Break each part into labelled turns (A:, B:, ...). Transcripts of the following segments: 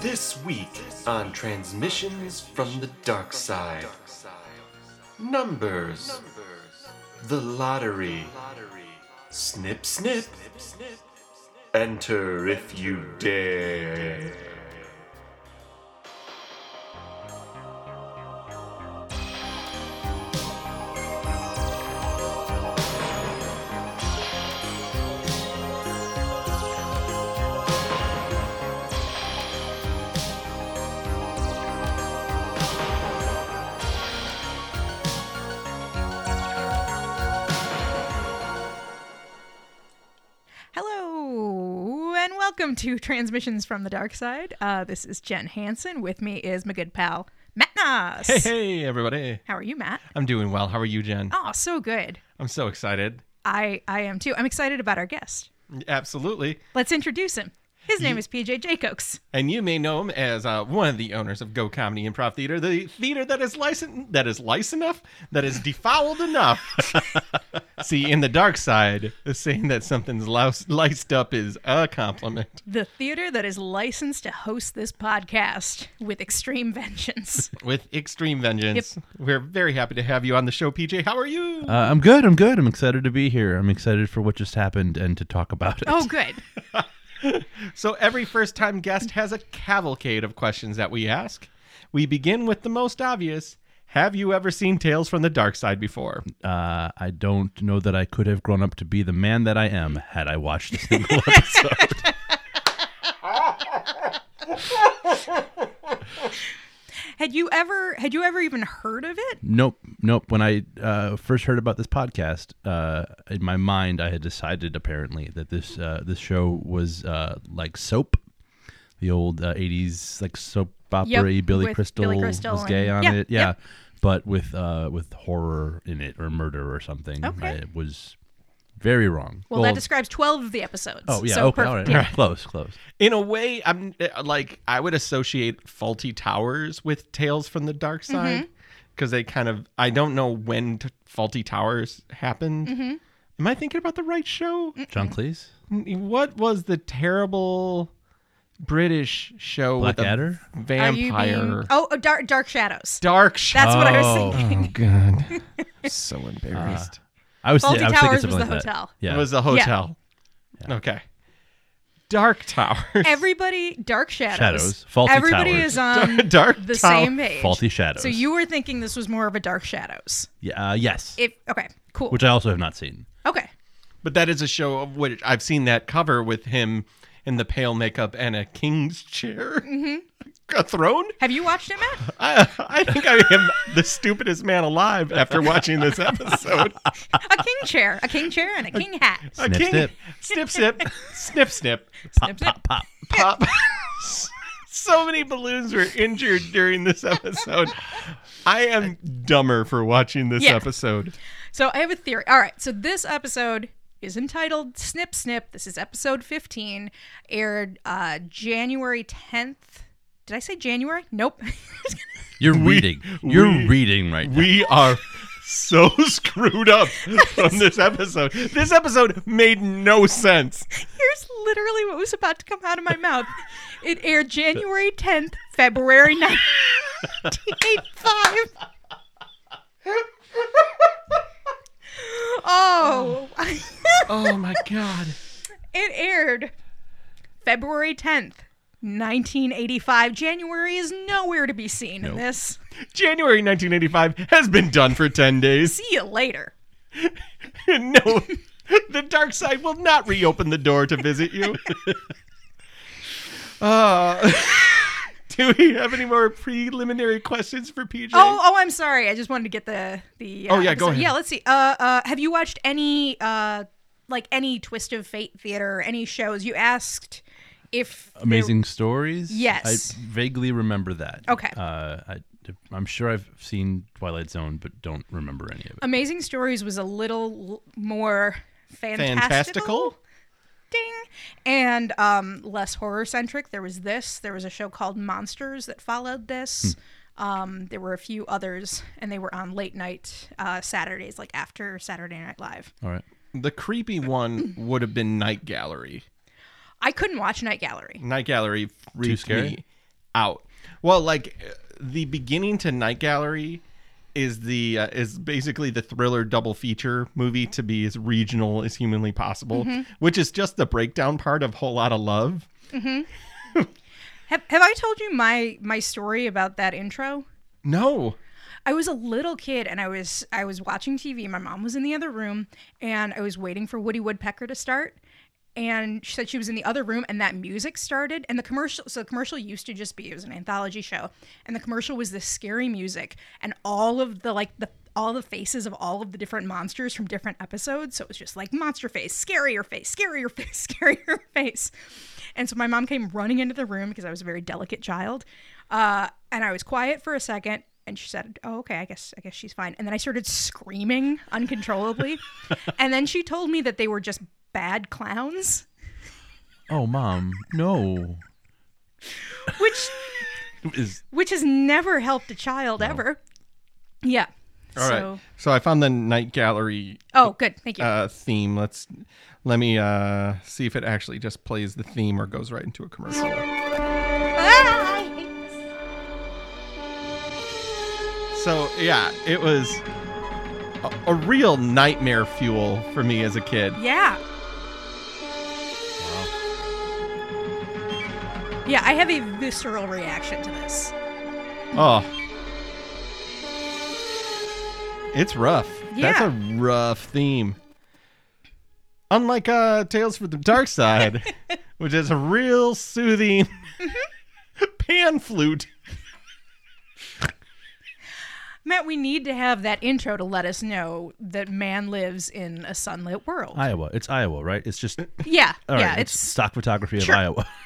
A: This week on Transmissions from the Dark Side Numbers, the lottery, snip snip, enter if you dare.
B: Hello and welcome to Transmissions from the Dark Side. Uh, this is Jen Hansen. With me is my good pal Matt Noss.
C: Hey, hey, everybody.
B: How are you, Matt?
C: I'm doing well. How are you, Jen?
B: Oh, so good.
C: I'm so excited.
B: I I am too. I'm excited about our guest.
C: Absolutely.
B: Let's introduce him. His name is PJ Jacobs.
C: And you may know him as uh, one of the owners of Go Comedy Improv Theater, the theater that is licensed, that is licensed enough, that is defouled enough. See, in the dark side, saying that something's louse, liced up is a compliment
B: The theater that is licensed to host this podcast with extreme vengeance.
C: with extreme vengeance. We're very happy to have you on the show, PJ. How are you?
D: Uh, I'm good. I'm good. I'm excited to be here. I'm excited for what just happened and to talk about it.
B: oh, good.
C: So every first time guest has a cavalcade of questions that we ask. We begin with the most obvious. Have you ever seen Tales from the Dark Side before?
D: Uh, I don't know that I could have grown up to be the man that I am had I watched a single episode.
B: Had you ever had you ever even heard of it?
D: nope, nope. When I uh, first heard about this podcast, uh, in my mind, I had decided apparently that this uh, this show was uh, like soap, the old uh, '80s like soap opera.
B: Yep,
D: Billy,
B: with
D: Crystal
B: Billy Crystal
D: was gay
B: and-
D: on
B: yeah,
D: it.
B: yeah.
D: Yeah, but with uh, with horror in it or murder or something.
B: Okay.
D: I was very wrong.
B: Well, that describes twelve of the episodes.
D: Oh yeah,
B: So
D: okay, all
B: perfect.
D: right,
B: Yeah.
D: all right. close, close.
C: In a way, I'm uh, like I would associate Faulty Towers with Tales from the Dark
B: Mm-hmm.
C: Side because they kind of I don't know when t- Faulty Towers happened.
B: Mm-hmm.
C: Am I thinking about the right show?
D: John Cleese,
C: What was the terrible British show with a
D: Blackadder?
B: Are you being-
C: vampire?
B: Oh, oh, dark dark shadows.
C: Dark Shadow.
B: That's what I
D: Oh.
B: was thinking.
C: Oh god, I'm so embarrassed.
D: I was,
B: Fawlty
D: I was thinking
B: Towers
D: something
B: was the
D: like that.
B: hotel.
D: Uh, Yeah,
C: It was a hotel. Okay. Dark Towers.
B: Everybody, Dark Shadows.
D: Shadows, Faulty
B: Everybody
D: Towers.
B: is on
C: Dark
B: the
C: Tower.
B: same page.
D: Faulty Shadows.
B: So you were thinking this was more of a Dark Shadows.
D: yeah, uh, yes,
B: If okay, cool.
D: which I also have not seen.
B: okay,
C: But that is a show of which I've seen that cover with him in the pale makeup and a king's chair. A throne?
B: have you watched it, Matt?
C: I, I think I am the stupidest man alive after watching this episode.
B: a king chair, a king chair, and a king hat.
C: A
D: Snip,
C: king,
D: snip.
C: snip, snip, snip, snip,
B: Snip, snip.
D: Pop, pop.
C: pop. so many balloons were injured during this episode. I am dumber for watching this
B: Yeah.
C: episode.
B: So I have a theory. All right, so this episode is entitled "Snip Snip." This is episode fifteen, aired uh, January tenth. Did I say January? Nope.
D: You're reading. You're reading right now.
C: We are so screwed up on this episode. This episode made no sense.
B: Here's literally what was about to come out of my mouth. It aired January 10th, February 1985. Oh,
C: Oh my god.
B: it aired February 10th, 1985. January is nowhere to be seen in
D: Nope.
B: this.
C: January 1985 has been done for 10 days.
B: See you later.
C: No. The dark side will not reopen the door to visit you. Uh, do we have any more preliminary questions for PJ?
B: Oh, oh, I'm sorry. I just wanted to get the the. Uh,
C: Oh, yeah, go
B: episode.
C: ahead.
B: Yeah, let's see. Uh, uh, have you watched any uh, like any Twist of Fate theater, or any shows? You asked if there-
D: Amazing stories.
B: Yes.
D: I vaguely remember that.
B: Okay.
D: Uh, I, I'm sure I've seen Twilight Zone, but don't remember any of it.
B: Amazing Stories was a little l- more fantastical.
C: Fantastical?
B: Ding. And um, less horror centric. There was this. There was a show called Monsters that followed
C: Hmm.
B: this. Um, there were a few others, and they were on late night uh, Saturdays, like after Saturday Night Live.
D: All right.
C: The creepy one would have been Night Gallery.
B: I couldn't watch Night Gallery.
C: Night Gallery freaked
D: scary?
C: me out. Well, like uh, the beginning to Night Gallery is the uh, is basically the thriller double feature movie to be as regional as humanly possible, which is just the breakdown part of Whole Lot of Love.
B: Have, have I told you my my story about that intro?
C: No,
B: I was a little kid and I was I was watching TV. My mom was in the other room and I was waiting for Woody Woodpecker to start. And she said she was in the other room and that music started and the commercial so the commercial used to just be it was an anthology show and the commercial was this scary music and all of the like the all the faces of all of the different monsters from different episodes. So it was just like monster face, scarier face, scarier face, scarier face. And so my mom came running into the room because I was a very delicate child. Uh, and I was quiet for a second. And she said, "Oh, okay. I guess I guess she's fine." And then I started screaming uncontrollably. and then she told me that they were just bad clowns,
D: Oh, mom, no.
B: which
D: Is
B: which has never helped a child ever. Yeah.
C: all right.
B: so,
C: So I found the Night Gallery
B: oh, good. Thank you.
C: uh, theme. Let's let me uh, see if it actually just plays the theme or goes right into a commercial.
B: Bye.
C: So yeah, it was a, a real nightmare fuel for me as a kid.
B: Yeah. Yeah, I have a visceral reaction to this.
C: Oh, it's rough. That's
B: Yeah.
C: a rough theme. Unlike uh, Tales from the Dark Side, which is a real soothing
B: Mm-hmm.
C: pan flute.
B: Matt, we need to have that intro to let us know that man lives in a sunlit world.
D: Iowa? It's Iowa, right? It's just
B: yeah,
D: all right.
B: yeah,
D: it's,
B: it's
D: stock photography of
B: Sure.
D: Iowa.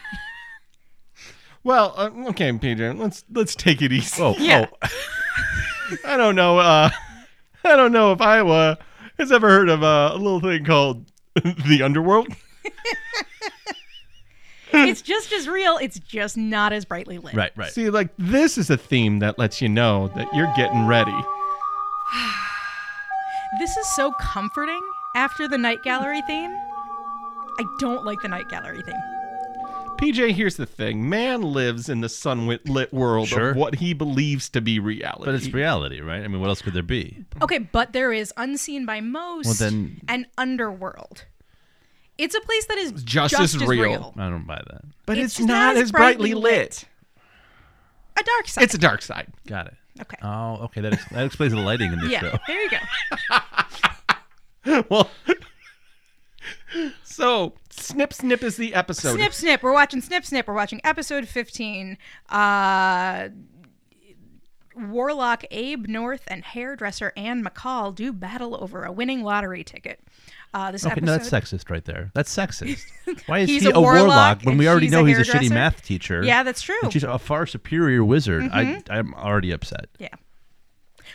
C: Well, uh, okay, Peter, let's let's take it easy.
D: Oh,
B: Yeah.
D: oh,
C: I don't know. Uh, I don't know if Iowa has ever heard of uh, a little thing called the underworld.
B: it's just as real. It's just not as brightly lit.
D: right, right.
C: See, like this is a theme that lets you know that you're getting ready.
B: This is so comforting after the night gallery theme. I don't like the night gallery theme.
C: PJ, here's the thing: man lives in the sunlit lit world
D: Sure.
C: of what he believes to be reality.
D: But it's reality, right? I mean, what else could there be?
B: Okay, but there is Unseen by Most
D: Well, then-
B: and Underworld. It's a place that is
C: Just
B: just,
C: as
B: as
C: real.
B: real.
D: I don't buy that.
C: But
B: it's
C: it's,
B: just
C: not, as brightly, lit.
B: A dark side.
C: It's a dark side.
D: Got it.
B: okay.
D: Oh, okay. That, ex- that explains the lighting in this
B: yeah,
D: show.
B: there you go.
C: well, so snip snip is the episode.
B: Snip, snip. We're watching Snip, snip. We're watching episode 15. Uh, Warlock Abe North and hairdresser Anne McCall do battle over a winning lottery ticket. Uh, this
D: Okay,
B: episode.
D: no, that's sexist right there. That's sexist. Why is
B: He's
D: he
B: a
D: a warlock,
B: warlock
D: when
B: and
D: we already
B: she's a
D: know he's a shitty
B: hairdresser?
D: math teacher?
B: Yeah, that's true. Mm-hmm.
D: And she's a far superior wizard. I, I'm already upset.
B: yeah.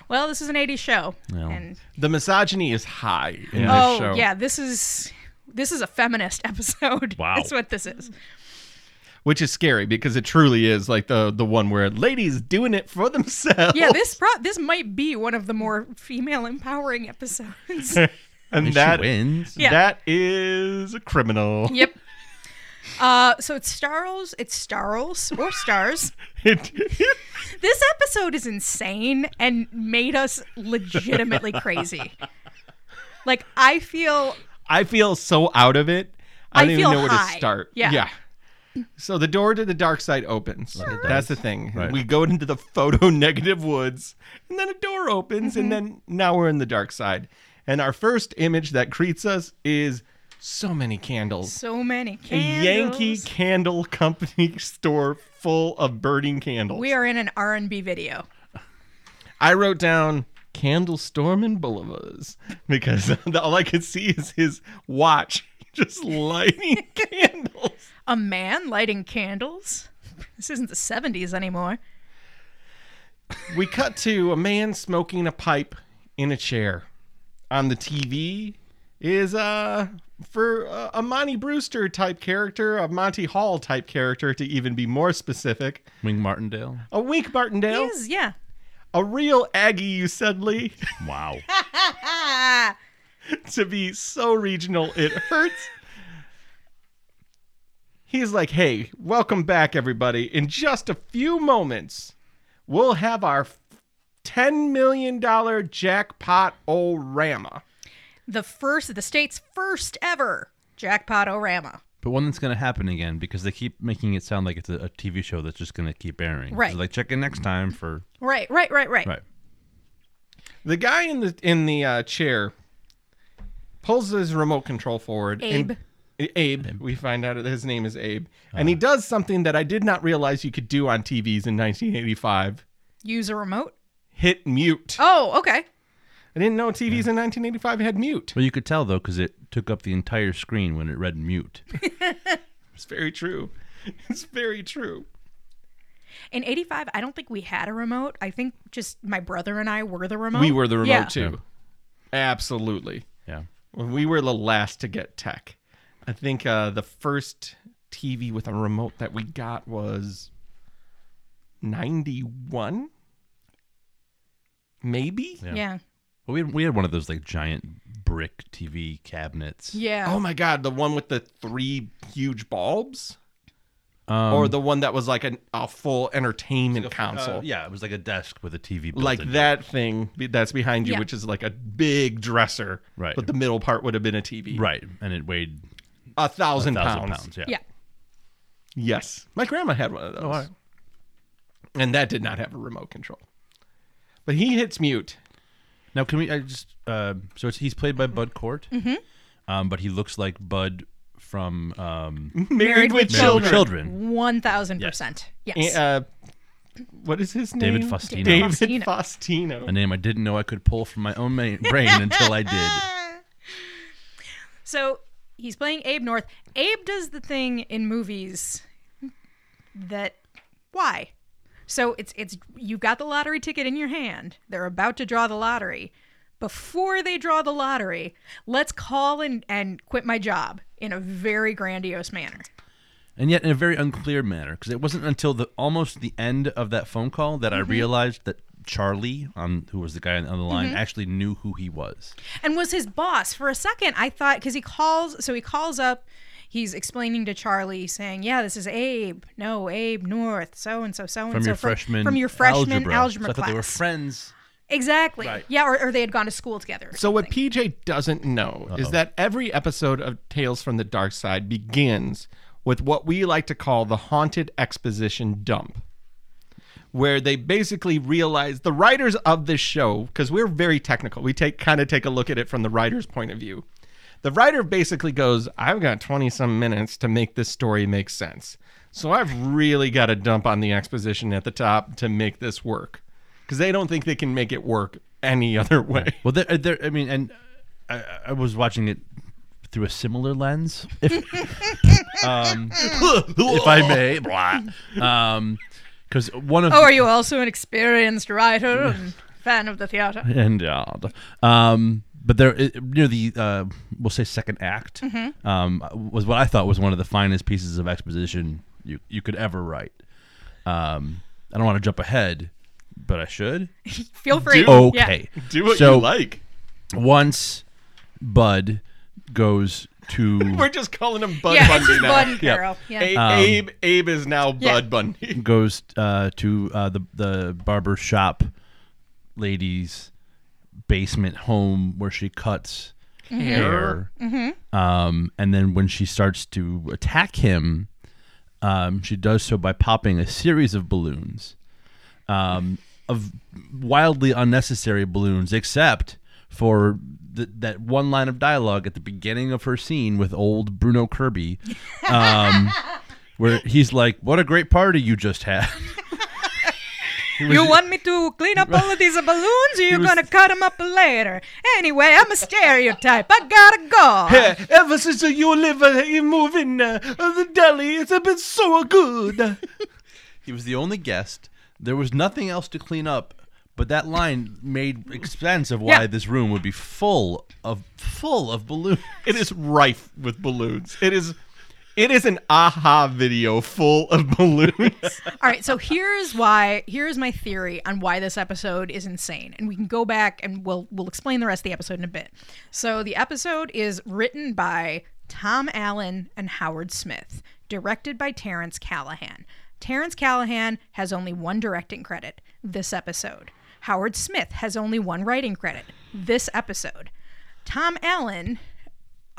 B: Well, this is an 80s show. And
C: The misogyny is high in
D: Yeah.
C: this
B: oh
C: show.
B: yeah, this is this is a feminist episode.
D: Wow.
B: That's what this is.
C: which is scary because it truly is like the the one where ladies doing it for themselves.
D: Oh.
B: Yeah, this pro- this might be one of the more female empowering episodes.
C: and
D: And
C: that
D: she wins.
B: Yeah.
C: that is a criminal.
B: yep. Uh, so it's Starls. It's Starls or Stars.
C: It-
B: This episode is insane and made us legitimately crazy. Like I feel
C: I feel so out of it. I
B: I
C: don't even
B: feel
C: know where to
B: high.
C: start.
B: Yeah.
C: So the door to the dark side opens.
D: it
C: That's
D: does.
C: the thing.
D: Right.
C: We go into the photo negative woods, and then a door opens, and
B: Mm-hmm.
C: then now we're in the dark side. And our first image that greets us is so many candles.
B: so many
C: A
B: candles.
C: Yankee Candle Company store full of burning candles.
B: We are in an R and B video.
C: I wrote down Candle Storm and Boulevards because all I could see is his watch just lighting candles.
B: A man lighting candles. This isn't the '70s anymore.
C: We cut to a man smoking a pipe in a chair. On the TV is uh for uh, a Monty Brewster type character, a Monty Hall type character to even be more specific,
D: Wing Martindale.
C: a Wink Martindale,
B: It is, yeah.
C: a real Aggie you suddenly
D: Wow.
B: Ah,
C: to be so regional it hurts. He's like, hey, welcome back, everybody. In just a few moments, we'll have our $10 million jackpot o rama.
B: The first, the state's first ever jackpot orama.
D: But one that's going to happen again because they keep making it sound like it's a, a TV show that's just going to keep airing.
B: Right.
D: So, like check in next time for
B: Right, right, right, right.
D: right.
C: The guy in the in the uh, chair pulls his remote control forward. and- Abe. We find out that his name is Abe, and he does something that I did not realize you could do on TVs in 1985.
B: Use a remote.
C: Hit mute.
B: Oh, okay.
C: I didn't know TVs in 1985 had mute.
D: Well, you could tell though because it took up the entire screen when it read mute.
C: It's very true. It's very true.
B: In 85, I don't think we had a remote. I think just my brother and I were the remote.
C: We were the remote
B: Yeah.
C: too. Absolutely.
D: yeah.
C: When we were the last to get tech, I think uh, the first TV with a remote that we got was 91, maybe.
B: Yeah.
D: Yeah.
B: Yeah.
D: Well, we had, we had one of those like giant brick TV cabinets.
C: Oh my god, the one with the three huge bulbs, or the one that was like an, a full entertainment console,
D: Uh, yeah, it was like a desk with a TV. Built
C: like
D: into it.
C: that thing be- that's behind you,
B: Yeah.
C: which is like a big dresser,
D: Right.
C: But the middle part would have been a TV,
D: Right, and it weighed
C: A thousand,
D: thousand
C: pounds.
D: pounds. Yeah. Oh,
B: yeah.
C: Yes, my grandma had one of those,
D: right.
C: and that did not have a remote control. But he hits mute.
D: Now, can we? I just uh, so it's, he's played by Bud Cort, mm-hmm. um, but he looks like Bud from um,
C: Married, with,
D: Married with
C: Children.
D: Children.
B: 1000%. Yes.
C: And, uh, what is his name?
D: David Faustino.
C: David
B: Faustino.
C: Faustino.
D: a name I didn't know I could pull from my own ma- brain until I did.
B: So he's playing Abe North. Abe does the thing in movies that why? So it's it's you've got the lottery ticket in your hand. They're about to draw the lottery. Before they draw the lottery, let's call and, and quit my job in a very grandiose manner.
D: And yet, in a very unclear manner, because it wasn't until the almost the end of that phone call that
B: Mm-hmm.
D: I realized that Charlie, um, who was the guy on the line,
B: Mm-hmm.
D: actually knew who he was.
B: and was his boss for a second i thought because he calls so he calls up he's explaining to charlie saying yeah this is abe no abe north so and so so and
D: From
B: so
D: your freshman
B: from your freshman algebra,
D: algebra, So I thought
B: class
D: they were friends.
B: exactly
D: Right.
B: yeah or, or they had gone to school together or
C: So what
B: something.
C: PJ doesn't know is that every episode of Tales from the Dark Side begins with what we like to call the haunted exposition dump. Where they basically realize the writers of this show, because we're very technical, we take kind of take a look at it from the writer's point of view. The writer basically goes, I've got 20 some minutes to make this story make sense. So I've really got to dump on the exposition at the top to make this work. Because they don't think they can make it work any other way.
D: Well, there, uh, there. I mean, and I, I was watching it through a similar lens, if, um, if I may. Blah. Um, because one of
B: oh are you also an experienced writer and fan of the theater
D: and uh, um, but there it- near the uh, we'll say second act
B: Mm-hmm.
D: um, was what I thought was one of the finest pieces of exposition you you could ever write. Um, I don't want to jump ahead, but I should.
B: feel free
D: Okay,
B: yeah.
C: Do what
D: So-
C: you like.
D: Once Bud goes
C: We're
D: to
C: just calling him Bud
B: Yeah, it's
C: Bundy
B: just
C: now.
B: Bud and Carol. Yeah.
C: A- Abe Abe is now
B: Yeah.
C: Bud Bundy.
D: goes uh, to uh, the the barber shop lady's basement home where she cuts hair. Um, and then when she starts to attack him, um, she does so by popping a series of balloons, um, of wildly unnecessary balloons, except for th- that one line of dialogue at the beginning of her scene with old Bruno Kirby, um, where he's like, "What a great party you just had."
B: You want me to clean up all of these balloons? Or you're gonna cut them up later. Anyway, I'm a stereotype. I gotta go.
C: Ever since you live uh, moving uh, the deli, it's been so good.
D: He was the only guest. There was nothing else to clean up, but that line made expense of why
B: Yeah.
D: this room would be full of full of balloons.
C: it is rife with balloons. It is it is an aha video full of balloons.
B: All right, so here's why. Here's my theory on why this episode is insane, and we can go back and we'll we'll explain the rest of the episode in a bit. So the episode is written by Tom Allen and Howard Smith, directed by Terrence Callahan. Terrence Callahan has only one directing credit this episode. Howard Smith has only one writing credit this episode. Tom Allen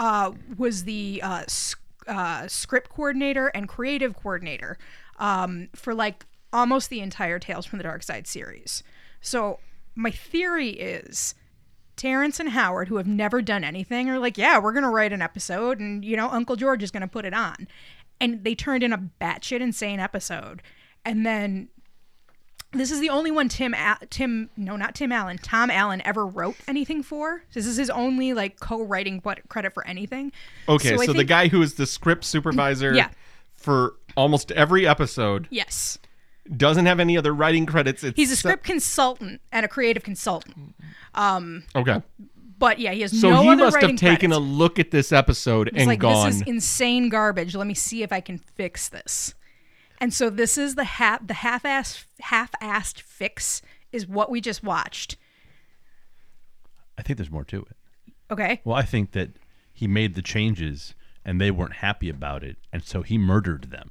B: uh, was the uh, s- uh, script coordinator and creative coordinator um, for like almost the entire Tales from the Dark Side series. So my theory is Terrence and Howard, who have never done anything, are like, yeah, we're gonna write an episode, and you know Uncle George is gonna put it on, and they turned in a batshit insane episode, and then. This is the only one Tim Al- Tim no not Tim Allen Tom Allen ever wrote anything for. This is his only like co-writing what credit for anything.
C: Okay, so,
B: I
C: the
B: think-
C: guy who is the script supervisor
B: Yeah.
C: for almost every episode
B: yes
C: doesn't have any other writing credits. It's
B: He's a script consultant and a creative consultant.
C: Okay,
B: But yeah, he has
C: so
B: no
C: he
B: other
C: must
B: writing
C: have taken
B: credits.
C: a look at this episode
B: It's
C: and
B: like
C: gone.
B: this is insane garbage. Let me see if I can fix this. And so this is the half the half-assed half-assed fix is what we just watched.
D: I think there's more to it.
B: Okay?
D: Well, I think that he made the changes and they weren't happy about it, and so he murdered them.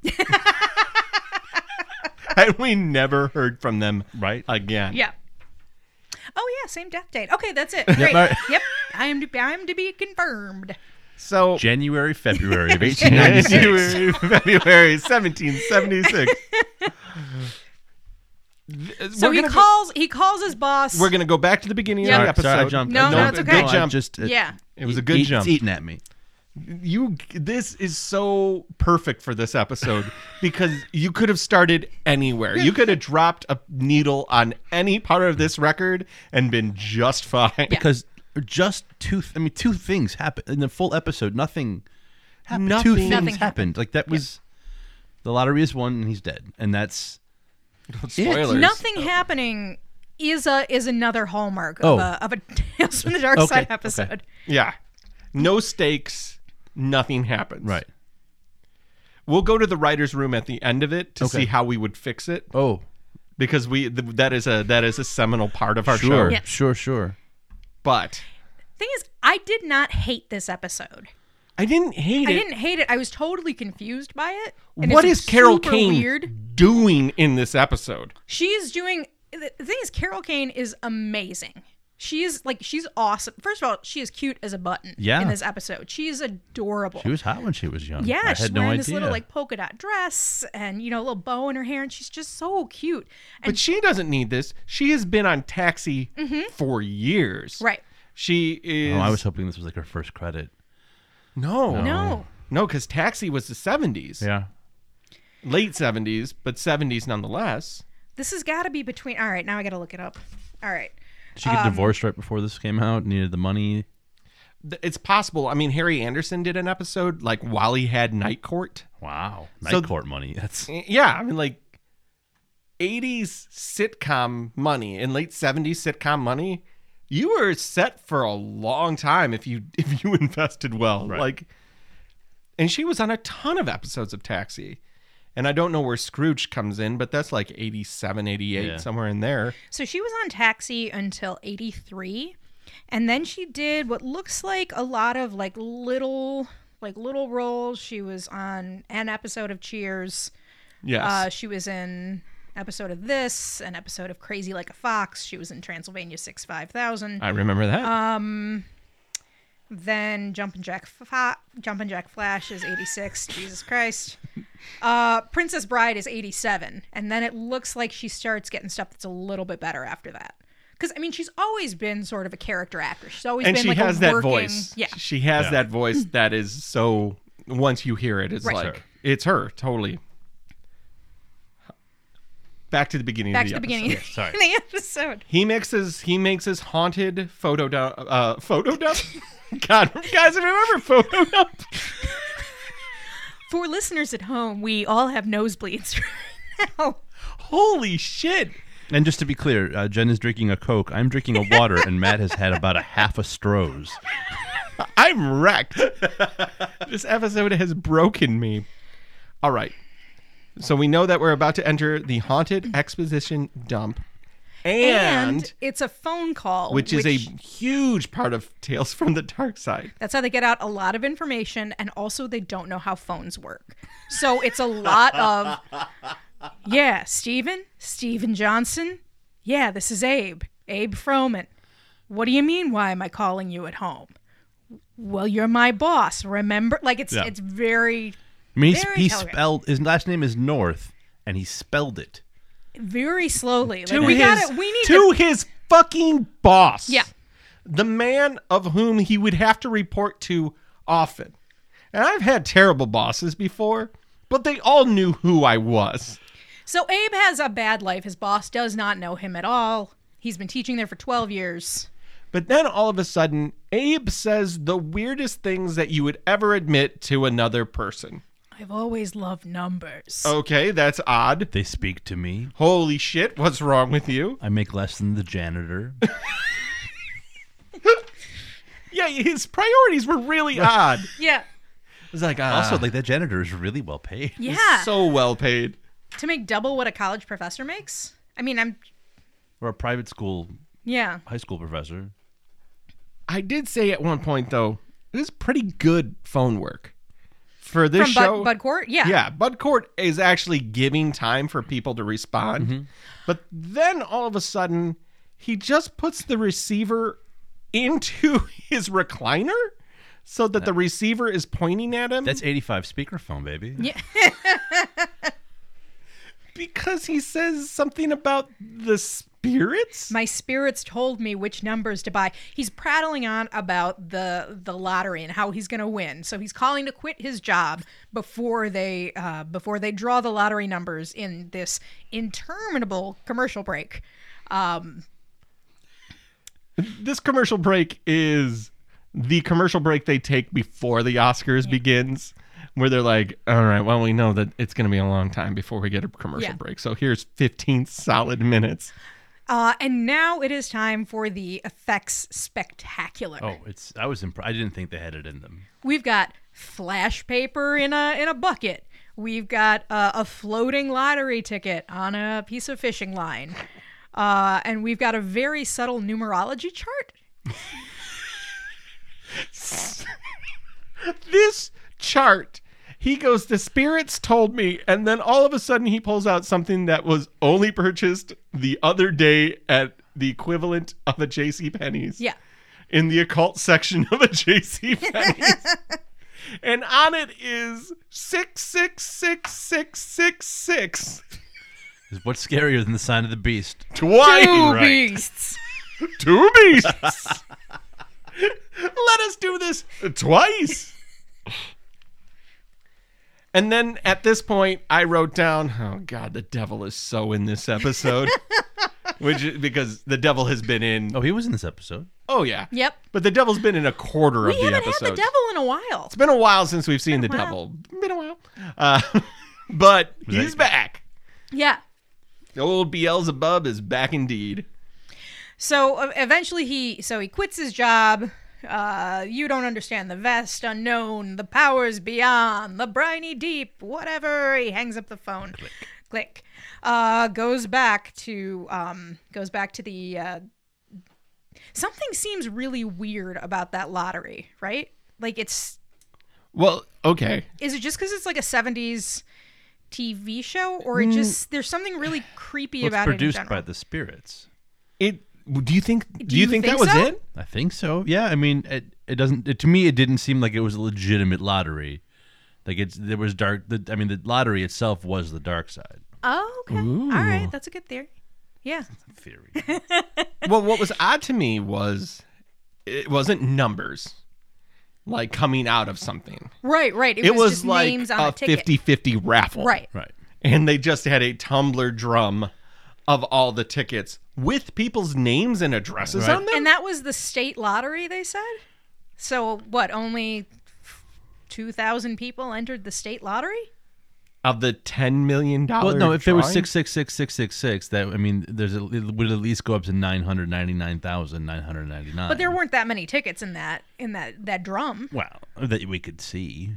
C: and we never heard from them
D: Right.
C: again.
B: Yeah. Oh yeah, same death date. Okay, that's it. Great.
D: right.
B: Yep. I am to, I am to be confirmed.
C: So
D: January, February of
C: January, February 1776. Th-
B: So
C: we're
B: he
C: gonna go-
B: calls he calls his boss.
C: we're gonna go back to the beginning
B: Yeah.
C: of
D: Sorry,
C: the episode.
D: sorry, I jumped.
B: No,
D: I
B: no,
D: jumped.
B: it's okay.
C: Good
D: I
C: jump.
D: just, it-
B: Yeah.
C: It was a good
D: eat-
C: jump.
D: It's eating at me.
C: you this is so perfect for this episode because you could have started anywhere you could have dropped a needle on any part of this record and been just fine
D: Because just two, th- I mean, two things happened in the full episode. Nothing happened.
C: Nothing.
D: Two things
B: Nothing
D: happened. Like that was the lottery is won and he's dead, and that's
C: spoilers
B: Nothing happening is a is another hallmark
D: Oh.
B: of a of a Tales from the Dark
D: Okay,
B: Side
D: okay.
B: episode.
C: yeah no stakes nothing happens
D: right.
C: we'll go to the writers room at the end of it to
D: Okay.
C: see how we would fix it
D: Oh,
C: because we th- that is a that is a seminal part of our
D: sure,
C: show
B: Yes.
D: sure, sure.
C: but
B: Thing is, I did not hate this episode.
C: i didn't hate
B: I
C: it
B: didn't hate it. I was totally confused by it. and
C: what
B: it's
C: is carol
B: super
C: kane
B: Weird.
C: doing in this episode
B: She's doing. The the thing is, Carol Kane is amazing. She is like she's awesome. First of all, she is cute as a button.
D: Yeah.
B: In this episode, she's adorable.
D: She was hot when she was young.
B: Yeah,
D: I had
B: she's
D: no
B: wearing
D: idea.
B: this little like polka dot dress and you know a little bow in her hair, and she's just so cute. And Mm-hmm.
C: But she doesn't need this. She has been on Taxi for years.
B: right,
C: She is.
D: oh, I was hoping this was like her first credit.
C: no,
D: Oh.
B: no,
C: no, because Taxi was the seventies,
D: Yeah.
C: late seventies, but seventies nonetheless.
B: this has got to be between. All right, now I got to look it up. All right,
D: She got divorced right before this came out. Needed the money.
C: Th- It's possible. I mean, Harry Anderson did an episode like while he had Night Court.
D: Wow, night
C: So-
D: court money. That's
C: Y- Yeah, I mean like. 80s sitcom money and late 70s sitcom money you were set for a long time if you if you invested well
D: Right.
C: like and she was on a ton of episodes of taxi and i don't know where scrooge comes in but that's like 87 88
D: Yeah.
C: somewhere in there
B: so she was on Taxi until '83, and then she did what looks like a lot of like little like little roles. She was on an episode of Cheers.
C: yes
B: Uh, she was in episode of this, an episode of Crazy Like a Fox. She was in Transylvania Six Five Thousand.
C: i remember that
B: Then Jumpin' Jack Fa- Jumpin' Jack Flash is 86. Jesus Christ. Uh, Princess Bride is 87. And then it looks like she starts getting stuff that's a little bit better after that. Because, I mean, she's always been sort of a character actor. She's always
C: and
B: been
C: she
B: like
C: has
B: a
C: that
B: working,
C: voice
B: Yeah.
C: she has that voice that is so once you hear it it's
B: Right.
C: like
D: Sure.
C: it's her totally back to the beginning
B: Back
C: of
B: to
C: the
B: the
C: episode.
B: beginning of the
D: sorry.
B: episode.
C: He mixes he makes his haunted photo dump uh photo dump. God, guys, remember photo dump?
B: For listeners at home, we all have nosebleeds right now.
C: Holy shit.
D: and just to be clear, uh, Jen is drinking a Coke. I'm drinking a water, and Matt has had about a half a Stroh's.
C: I'm wrecked. this episode has broken me. All right. So we know that we're about to enter the haunted exposition dump. and,
B: it's a phone call,
C: which, is a huge part of Tales from the Dark Side.
B: That's how they get out a lot of information, and also they don't know how phones work. So it's a lot of, yeah, Steven, Steven Johnson. Yeah, this is Abe, Abe Froman. What do you mean? Why am I calling you at home? Well, you're my boss. Remember, like it's
D: Yeah.
B: it's very,
D: I mean, he,
B: Very
D: he
B: telegraph-
D: spelled his last name is North, and he spelled it.
B: very slowly. Like,
C: To
B: we
C: his,
B: got it. We need
C: to his fucking boss.
B: Yeah.
C: the man of whom he would have to report to often. And I've had terrible bosses before, but they all knew who I was.
B: So Abe has a bad life. His boss does not know him at all. He's been teaching there for 12 years.
C: But then all of a sudden, Abe says the weirdest things that you would ever admit to another person.
B: I've always loved numbers.
C: Okay, that's odd.
D: They speak to me.
C: Holy shit, what's wrong with you?
D: I make less than the janitor.
C: Yeah, his priorities were really odd.
B: Yeah.
C: It's like, uh,
D: also, like that janitor is really well paid.
B: Yeah.
C: so well paid.
B: to make double what a college professor makes? I mean, I'm
D: Or a private school
B: yeah.
D: high school professor.
C: I did say at one point though, it is pretty good phone work for this
B: From
C: show.
B: Bud, Bud Court? Yeah.
C: yeah, Bud Court is actually giving time for people to respond, but then all of a sudden, he just puts the receiver into his recliner so that the receiver is pointing at him.
D: That's 85 speakerphone, baby. Yeah.
C: because he says something about the spirits.
B: My spirits told me which numbers to buy. He's prattling on about the the lottery and how he's going to win. So he's calling to quit his job before they uh, before they draw the lottery numbers in this interminable commercial break.
C: this commercial break is the commercial break they take before the Oscars begins, where they're like, "All right, well, we know that it's going to be a long time before we get a commercial
B: Yeah.
C: break, so here's 15 solid minutes."
B: Uh, and now it is time for the effects spectacular.
D: Oh, it's. I was. Imp- I didn't think they had it in them.
B: We've got flash paper in a in a bucket. We've got uh, a floating lottery ticket on a piece of fishing line, uh, and we've got a very subtle numerology chart.
C: This chart. He goes, the spirits told me, and then all of a sudden he pulls out something that was only purchased the other day at the equivalent of a J.C. Penney's.
B: Yeah,
C: in the occult section of a JC Penney's. and on it is 666666
D: Is what's scarier than the sign of the beast?
C: twice
B: two beasts.
C: two beasts. Let us do this twice. And then at this point, I wrote down, "Oh God, the devil is so in this episode," which is- because the devil has been in.
D: Oh, he was in this episode.
C: Oh yeah,
B: Yep.
C: But the devil's been in a quarter
B: We
C: of the
B: haven't
C: episode.
B: had the devil in a while.
C: It's been a while since we've seen the
B: while.
C: devil. Been a while. Uh, but he's
D: that-
C: back.
B: Yeah.
C: Old Beelzebub is back indeed.
B: So uh, eventually he so he quits his job. Uh, you don't understand the vest, unknown, the powers beyond, the briny deep, whatever. He hangs up the phone. Click. Uh, goes back to um, goes back to the. Uh, something seems really weird about that lottery, right? Like it's
C: Well, okay.
B: is it just because it's like a '70s TV show, or it just there's something really creepy
D: Mm. Well, it's
B: about
D: produced
B: it in general?
D: by the spirits.
C: It do you think do,
B: you think so?
D: I think so. Yeah. I mean, it. It doesn't. It, to me, it didn't seem like it was a legitimate lottery. Like it's there was dark. The, I mean, the lottery itself was the dark side
B: oh, okay, all right, that's a good theory. Yeah,
D: theory.
C: Well, what was odd to me was it wasn't numbers like coming out of something.
B: Right, right. It,
C: It,
B: was,
C: was,
B: just
C: like
B: names on
C: a
B: a ticket.
C: 50-50 raffle.
B: Right.
D: right.
C: And they just had a tumbler drum of all the tickets with people's names and addresses
D: Right.
C: on them.
B: And that was the state lottery, they said? So, what, only 2,000 people entered the state lottery?
C: of the 10 million dollar
D: Well, no, if it was
C: drawing?
D: six six six six six six, that I mean, there's a, it would at least go up to nine hundred ninety nine thousand nine hundred ninety nine.
B: But there weren't that many tickets in that in that that drum.
D: well that we could see.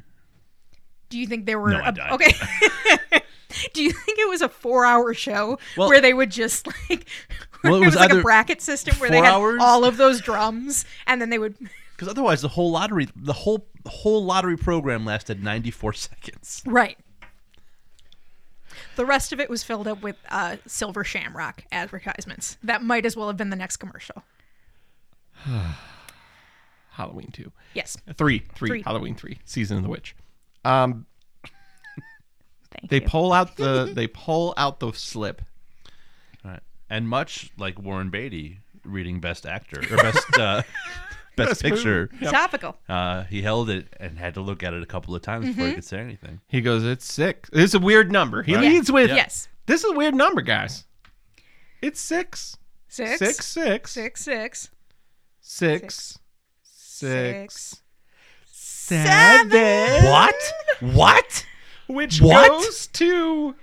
B: Do you think there were
D: No, I-
B: a-
D: I-
B: Okay. Do you think it was a 4-hour show
D: Well-
B: where they would just like
D: Well, it
B: it
D: was
B: was like
D: either
B: a bracket system where they
D: four
B: had
D: hours?
B: all of those drums, and then they would.
D: because otherwise the whole lottery, the whole the whole lottery program lasted 94 seconds.
B: Right. The rest of it was filled up with uh, silver shamrock advertisements. That might as well have been the next commercial.
C: Halloween two.
B: Yes.
C: Three, three,
B: Three.
C: Halloween three, season of the witch. Um,
B: Thank
C: they
B: you.
C: pull out the they pull out the slip.
D: Right. And much like Warren Beatty reading Best Actor or Best uh, Best, Picture,
B: Topical.
D: uh, he held it and had to look at it a couple of times before he
B: Mm-hmm.
D: could say anything.
C: He goes, "It's six. It's a weird number." He
D: Right.
C: leads with,
B: Yes.
C: this is a weird number, guys. It's six,
B: Six.
C: six,
B: Six.
C: six,
B: Six.
C: six, six,
B: Six.
C: seven.
D: What? What?
C: Which
D: What?
C: goes to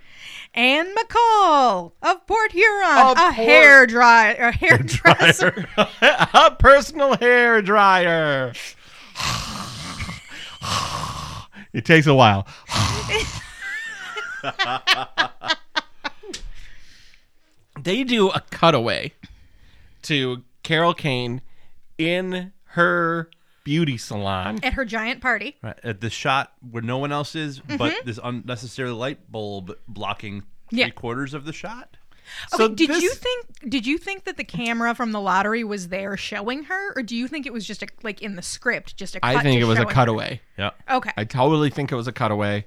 B: Anne McCall of Port Huron,
C: Of
B: a,
C: Port-
B: hair dry, a hairdresser.
C: a personal hair dryer. it takes a while. they do a cutaway to Carol Kane in her beauty salon.
B: at her giant party.
D: Right. At the shot where no one else is, but this unnecessary light bulb blocking
B: Mm-hmm. Yeah.
D: three quarters of the shot.
B: Okay,
C: So
B: did you
C: this-
B: think did you think that the camera from the lottery was there showing her, or do you think it was just a, like in the script, just a cut
C: I think
B: to
C: it was a
B: showing her?
C: cutaway.
D: Yeah.
B: Okay,
C: I totally think it was a cutaway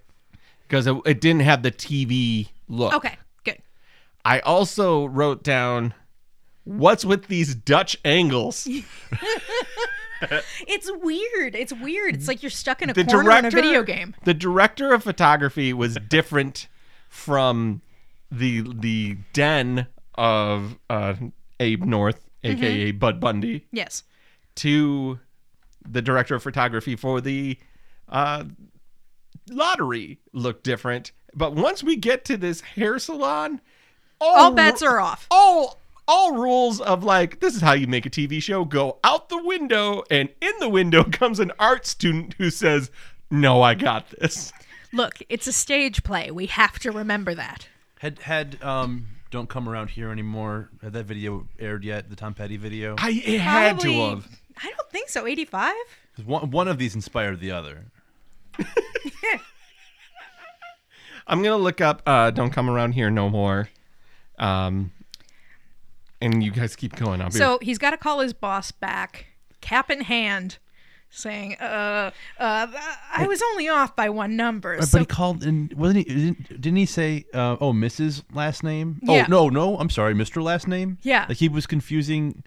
C: because it, it didn't have the TV look.
B: okay, good.
C: I also wrote down what's with these Dutch angles.
B: It's weird. It's weird. It's like you're stuck in a
C: Mm-hmm. The
B: corner
C: director
B: in a video game.
C: The director of photography was different from the the den of uh, Abe North,
B: Mm-hmm.
C: aka Bud Bundy,
B: Yes.
C: to the director of photography for the uh, lottery looked different. But once we get to this hair salon, Oh,
B: All bets are off.
C: all all rules of like this is how you make a TV show go out the window, and in the window comes an art student who says, "No, I got this."
B: Look, it's a stage play. We have to remember that.
D: Had had um don't come around here anymore. Had that video aired yet? The Tom Petty video.
C: I it had to
B: Probably-
C: have.
B: I don't think so. 85?
D: 'Cause One, one of these inspired the other.
C: I'm gonna look up. Uh, Don't come around here no more. Um, and you guys keep going. I'll be
B: So he's got to call his boss back, cap in hand, saying, uh, uh, I was only off by one number.
D: Uh, But
B: so
D: he called and wasn't he? Didn't, didn't he say, uh, "Oh, Mrs. last name"?
B: Yeah.
D: Oh no, no, I'm sorry, Mr. last name.
B: Yeah.
D: like he was confusing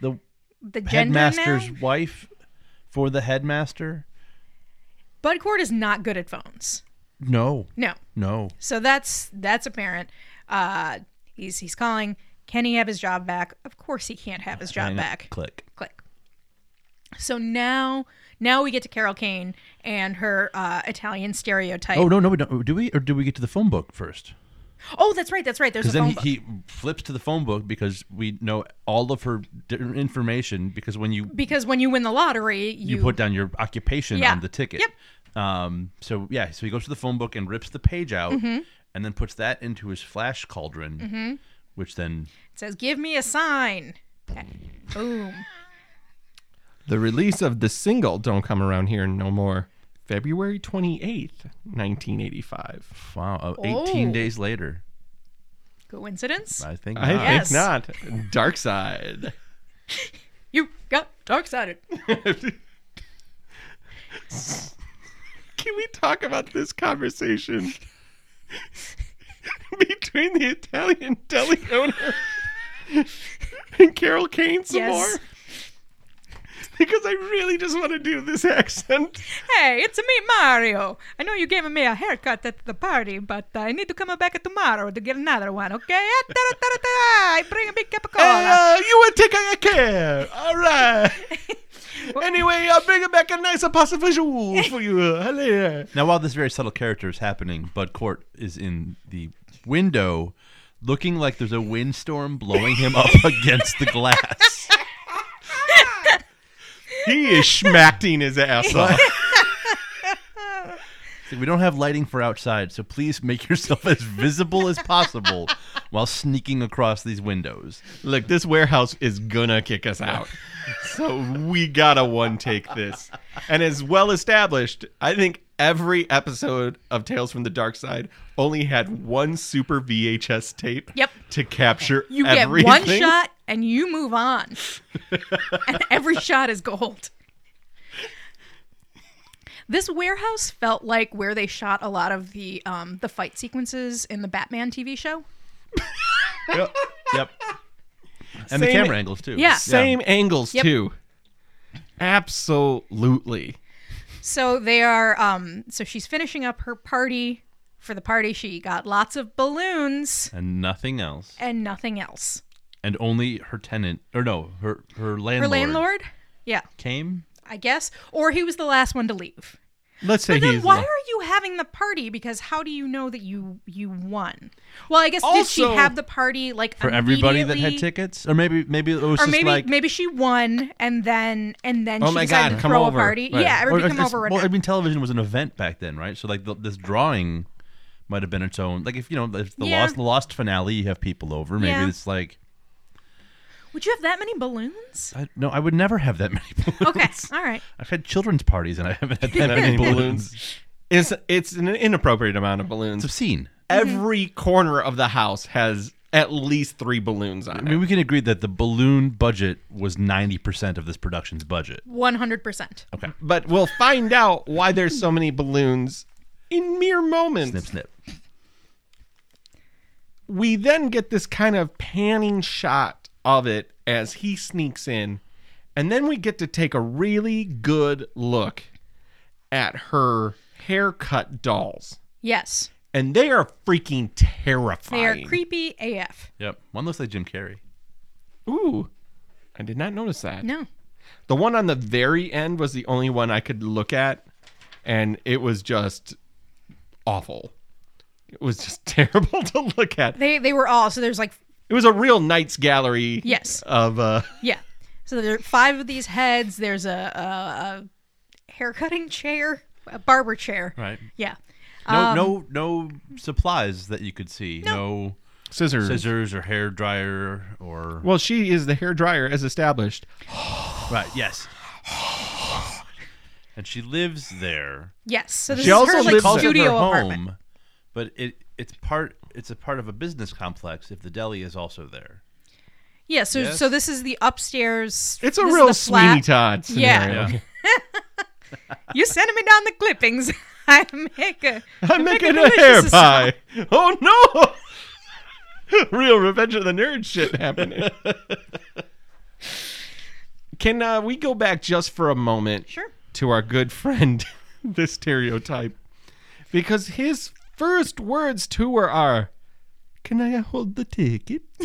D: the
B: the gender
D: headmaster's
B: now?
D: wife for the headmaster.
B: Bud Cord is not good at phones.
D: No,
B: No.
D: no,
B: So that's that's apparent. Uh, he's he's calling. Can he have his job back? Of course he can't have his job
D: Hang up.
B: back.
D: Click.
B: Click. So now now we get to Carol Kane and her uh, Italian stereotype.
D: Oh
B: Oh,
D: no, no, we don't. Do we or do we get to the phone book first?
B: that's right, that's right. There's a
D: Because then
B: phone
D: he,
B: book.
D: he flips to the phone book because we know all of her di- information. Because when you
B: because when you win the lottery, you,
D: you put down your occupation
B: Yeah.
D: on the ticket.
B: Yep.
D: Um, so yeah, so he goes to the phone book and rips the page out,
B: Mm-hmm.
D: and then puts that into his flash cauldron, which then
B: it says, "Give me a sign." Boom.
C: the release of the single "Don't come around here no more." February 28th, 1985.
D: wow, uh, eighteen
B: Oh.
D: days later,
B: Coincidence?
D: I think.
C: I
D: not.
B: Yes.
C: think not. Dark Side.
B: You got dark sided.
C: Can we talk about this conversation between the Italian deli owner and Carol Kane some
B: Yes.
C: more? Because I really just want to do this accent.
B: Hey, it's me, Mario. I know you gave me a haircut at the party, but I need to come back tomorrow to get another one, okay? Ah, da-da-da-da-da. I bring a big cup of cola.
C: Uh, you will take a care. All right. anyway, I'll bring back a nice pasta visual for you. Hello.
D: Now, while this very subtle character is happening, Bud Court is in the window, looking like there's a windstorm blowing him up against the glass.
C: He is schmacking his ass off.
D: We don't have lighting for outside, so please make yourself as visible as possible while sneaking across these windows.
C: Look, this warehouse is gonna kick us out. So we gotta one take this. And as well established, I think every episode of Tales from the Dark Side only had one super VHS tape
B: Yep.
C: to capture
B: You
C: everything.
B: get one shot and you move on. and every shot is gold. This warehouse felt like where they shot a lot of the um, the fight sequences in the Batman TV show.
D: Yep. yep. And the
C: Same-
D: camera angles too.
B: Yeah.
C: Same angles
B: Yep.
C: too. Absolutely.
B: So they are. Um, so she's finishing up her party. For the party, she got lots of balloons
D: And nothing else.
B: and nothing else.
D: And only her tenant, or no, her her
B: Her
D: landlord,
B: landlord, yeah,
D: came.
B: I guess, or he was the last one to leave.
C: Let's say
B: But then
C: he's
B: why are you having the party? Because how do you know that you you won? Well, I guess did she
C: Also-
B: have the party like
D: For everybody that had
B: immediately?
D: tickets, or maybe maybe it was
B: Or
D: just
B: maybe
D: like
B: maybe she won and then and then
C: Oh
B: she
C: my
B: decided
C: God,
B: to
C: come
B: throw
C: over.
B: a party.
C: Right.
B: Yeah,
D: Or
B: everybody come
D: it's-
B: over. and
D: Well, I mean, television was an event back then, right? So like the, this drawing might have been its own. Like if you know, if the
B: Yeah.
D: lost the lost finale, you have people over. Maybe
B: Yeah.
D: it's like
B: Would you have that many balloons?
D: I, no, I would never have that many balloons.
B: Okay, all right.
D: I've had children's parties and I haven't had that
C: that many
D: many
C: balloons.
D: balloons.
C: It's it's an inappropriate amount of balloons.
D: It's obscene.
C: Every
B: Mhm.
C: corner of the house has at least three balloons on
D: I
C: it.
D: mean, we can agree that the balloon budget was ninety percent of this production's budget.
B: One hundred percent.
C: But we'll find out why there's so many balloons in mere moments.
D: Snip, snip.
C: We then get this kind of panning shot of it as he sneaks in, and then we get to take a really good look at her haircut dolls.
B: Yes,
C: And they are freaking terrifying.
B: they are creepy AF.
D: Yep. One looks like Jim Carrey.
C: Ooh. I did not notice that.
B: No,
C: The one on the very end was the only one I could look at, and it was just awful. It was just terrible to look at.
B: they they were all so. There's like
C: It was a real Knights Gallery.
B: Yes.
C: Of uh,
B: yeah. So there are five of these heads. There's a, a, a hair cutting chair, a barber chair.
D: Right.
B: Yeah.
D: No, no, no supplies that you could see. No,
C: scissors.
D: scissors or hair dryer or
C: Well, she is the hair dryer as established.
D: right. Yes. and she lives there.
B: Yes. So this
C: She
B: is
C: also
B: her, like,
C: lives at her
B: studio apartment.
D: home, but it it's part it's a part of a business complex. If the deli is also there,
B: Yeah. So
D: Yes.
B: so this is the upstairs.
C: It's a
B: this is
C: real
B: the
C: Sweeney
B: flat.
C: Todd
B: Yeah.
C: scenario.
D: Yeah.
B: You sending me down the clippings. I make a.
C: I'm making a
B: delicious
C: hair
B: sauce.
C: pie. Oh no! Real Revenge of the Nerd shit happening. Can uh, we go back just for a moment?
B: Sure.
C: To our good friend, the stereotype, because his first words to her are, "Can I hold the ticket?"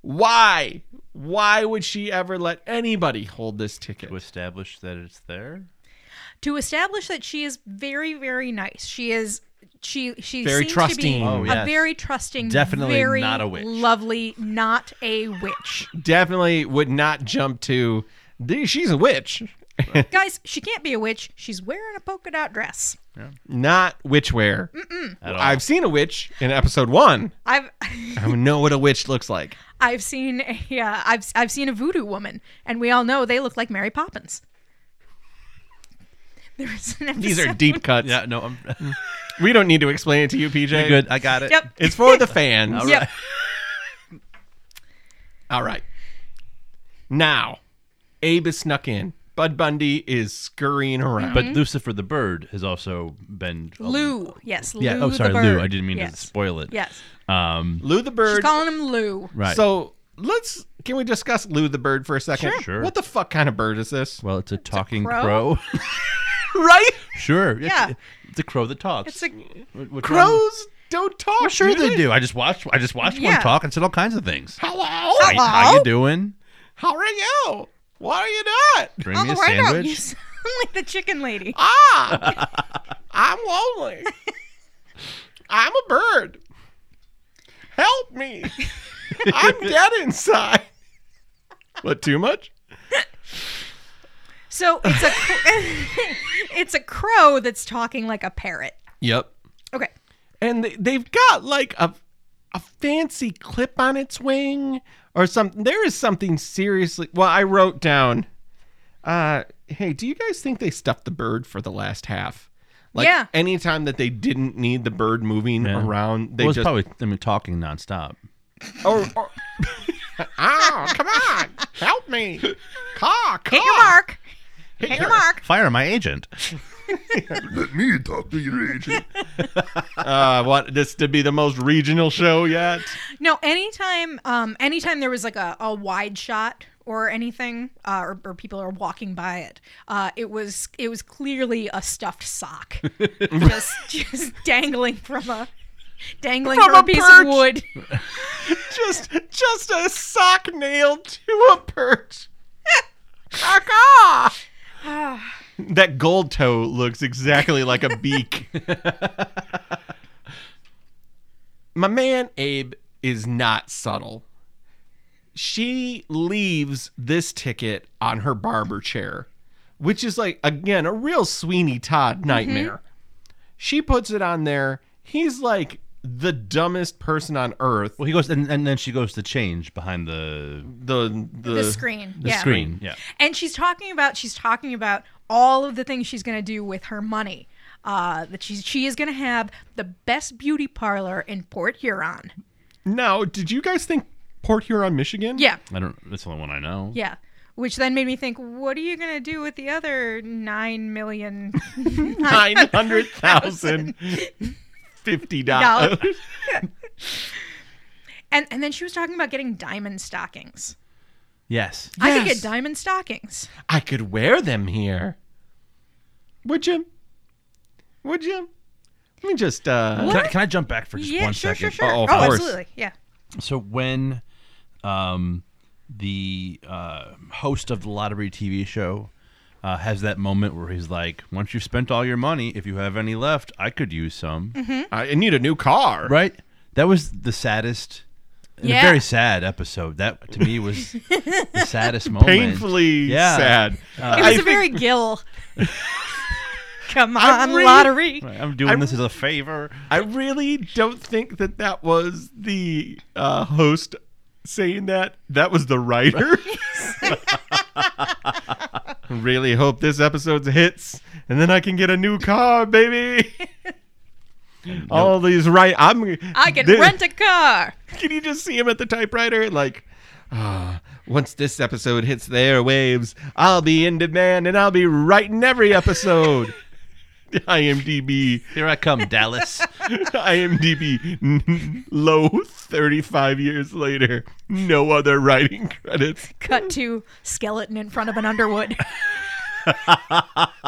C: Why? Why would she ever let anybody hold this ticket?
D: to establish that it's there.
B: To establish that she is very very nice. She is. She she
C: Very
B: seems
C: trusting.
B: To be
C: Oh,
B: A
D: yes.
B: very trusting.
D: Definitely
B: very
D: not a witch.
B: Lovely, not a witch.
C: definitely would not jump to "Dude, she's a witch
B: Guys, she can't be a witch. She's wearing a polka dot dress.
C: not witch wear
D: At all.
C: i've seen a witch in episode one
B: I've
C: i know what a witch looks like
B: I've seen a uh, I've I've seen a voodoo woman, and we all know they look like Mary Poppins. There is an episode.
C: these are deep cuts
D: yeah, no, I'm
C: we don't need to explain it to you pj
D: good. I got it.
B: Yep.
C: it's for the fans all right.
B: Yep.
C: now abe is snuck in bud bundy is scurrying around
D: But Lucifer the bird has also been
B: Lou. Yes.
D: Yeah.
B: Lou
D: oh,
B: the
D: sorry,
B: bird.
D: Lou. I didn't mean to
B: yes.
D: spoil it.
B: Yes.
D: Um.
C: lou the bird
B: She's calling him Lou.
D: Right.
C: so let's can we discuss lou the bird for a second
D: Sure. Sure.
C: what the fuck kind of bird is this
D: well, it's a talking
B: crow?
D: crow.
C: right
D: sure.
B: Yeah.
D: It's a crow that
B: It's
D: talks.
B: a
D: What- what's wrong with-
C: crows don't talk
D: Well, sure
C: do
D: they do. I just watched. I just watched
B: Yeah.
D: one talk and said all kinds of things.
C: Hello?
D: Hey, How you doing?
C: How are you? What are you doing?
D: Bring
B: on
D: me
B: the
D: a
B: right out.
D: sandwich.
B: You sound like the chicken lady.
C: Ah, I'm lonely. I'm a bird. Help me. I'm dead inside. What, too much?
B: So it's a cr- it's a crow that's talking like a parrot.
C: Yep.
B: Okay.
C: and they- they've got like a a fancy clip on its wing or something. There is something seriously. Well, I wrote down. Uh, hey, do you guys think they stuffed the bird for the last half? Like
B: Yeah.
C: anytime that they didn't need the bird moving
D: Yeah.
C: around, they
D: Well, it's
C: just
D: probably I mean talking nonstop.
C: or, or oh come on, help me, caw caw.
B: Hit your
D: Ah!
B: mark. Hit your mark.
D: Fire my agent.
E: Let me talk to your agent.
C: Uh, what this to be the most regional show yet?
B: No, anytime, um, anytime there was like a, a wide shot or anything, uh, or, or people are walking by it, uh, it was it was clearly a stuffed sock, just just dangling from a dangling from,
C: From
B: a,
C: a
B: piece
C: perch.
B: of wood.
C: just just a sock nailed to a perch. Sock off. that gold toe looks exactly like a beak. My man Abe is not subtle. She leaves this ticket on her barber chair, which is like again a real Sweeney Todd nightmare. She puts it on there. He's like the dumbest person on earth
D: Well, he goes, and, and then she goes to change behind the
C: the the,
B: The screen,
D: Uh, the
B: yeah.
D: screen. Yeah.
B: And she's talking about she's talking about all of the things she's gonna do with her money. Uh, that she's she is gonna have the best beauty parlor in Port Huron.
C: Now, did you guys think Port Huron, Michigan?
B: Yeah,
D: I don't. That's the only one I know.
B: Yeah. Which then made me think, what are you going to do with the other 9 million?
C: nine hundred thousand fifty dollars.
B: and, and then she was talking about getting diamond stockings.
D: Yes.
B: I could
C: Yes.
B: get diamond stockings.
C: I could wear them here. Would you? Would you? Let me just. uh
D: Can I, can I jump back for just
B: yeah,
D: one
B: sure,
D: second?
B: sure, sure,
C: Oh, of
B: Oh,
C: course.
B: absolutely. Yeah.
D: So when um, the uh, host of the lottery TV show uh, has that moment where he's like, "Once you've spent all your money, if you have any left, I could use some."
B: Mm-hmm.
C: I need a new car.
D: Right? That was the saddest, and
B: Yeah.
D: a very sad episode. That to me was the saddest moment.
C: Painfully
D: Yeah.
C: sad.
B: It was
C: I
B: a
C: think-
B: very Gill. Come on,
C: really-
B: lottery.
D: Right, I'm doing this as a favor.
C: I really don't think that that was the uh, host saying that. That was the writer. really hope this episode's hits, and then I can get a new car, baby. All these right, I'm.
B: I can
C: thi-
B: rent a car.
C: Can you just see him at the typewriter, like? "Ah, once this episode hits their waves, I'll be in demand and I'll be writing every episode. IMDb
D: Here I come, Dallas.
C: IMDb low 35 years later. No other writing credits.
B: Cut to skeleton in front of an Underwood.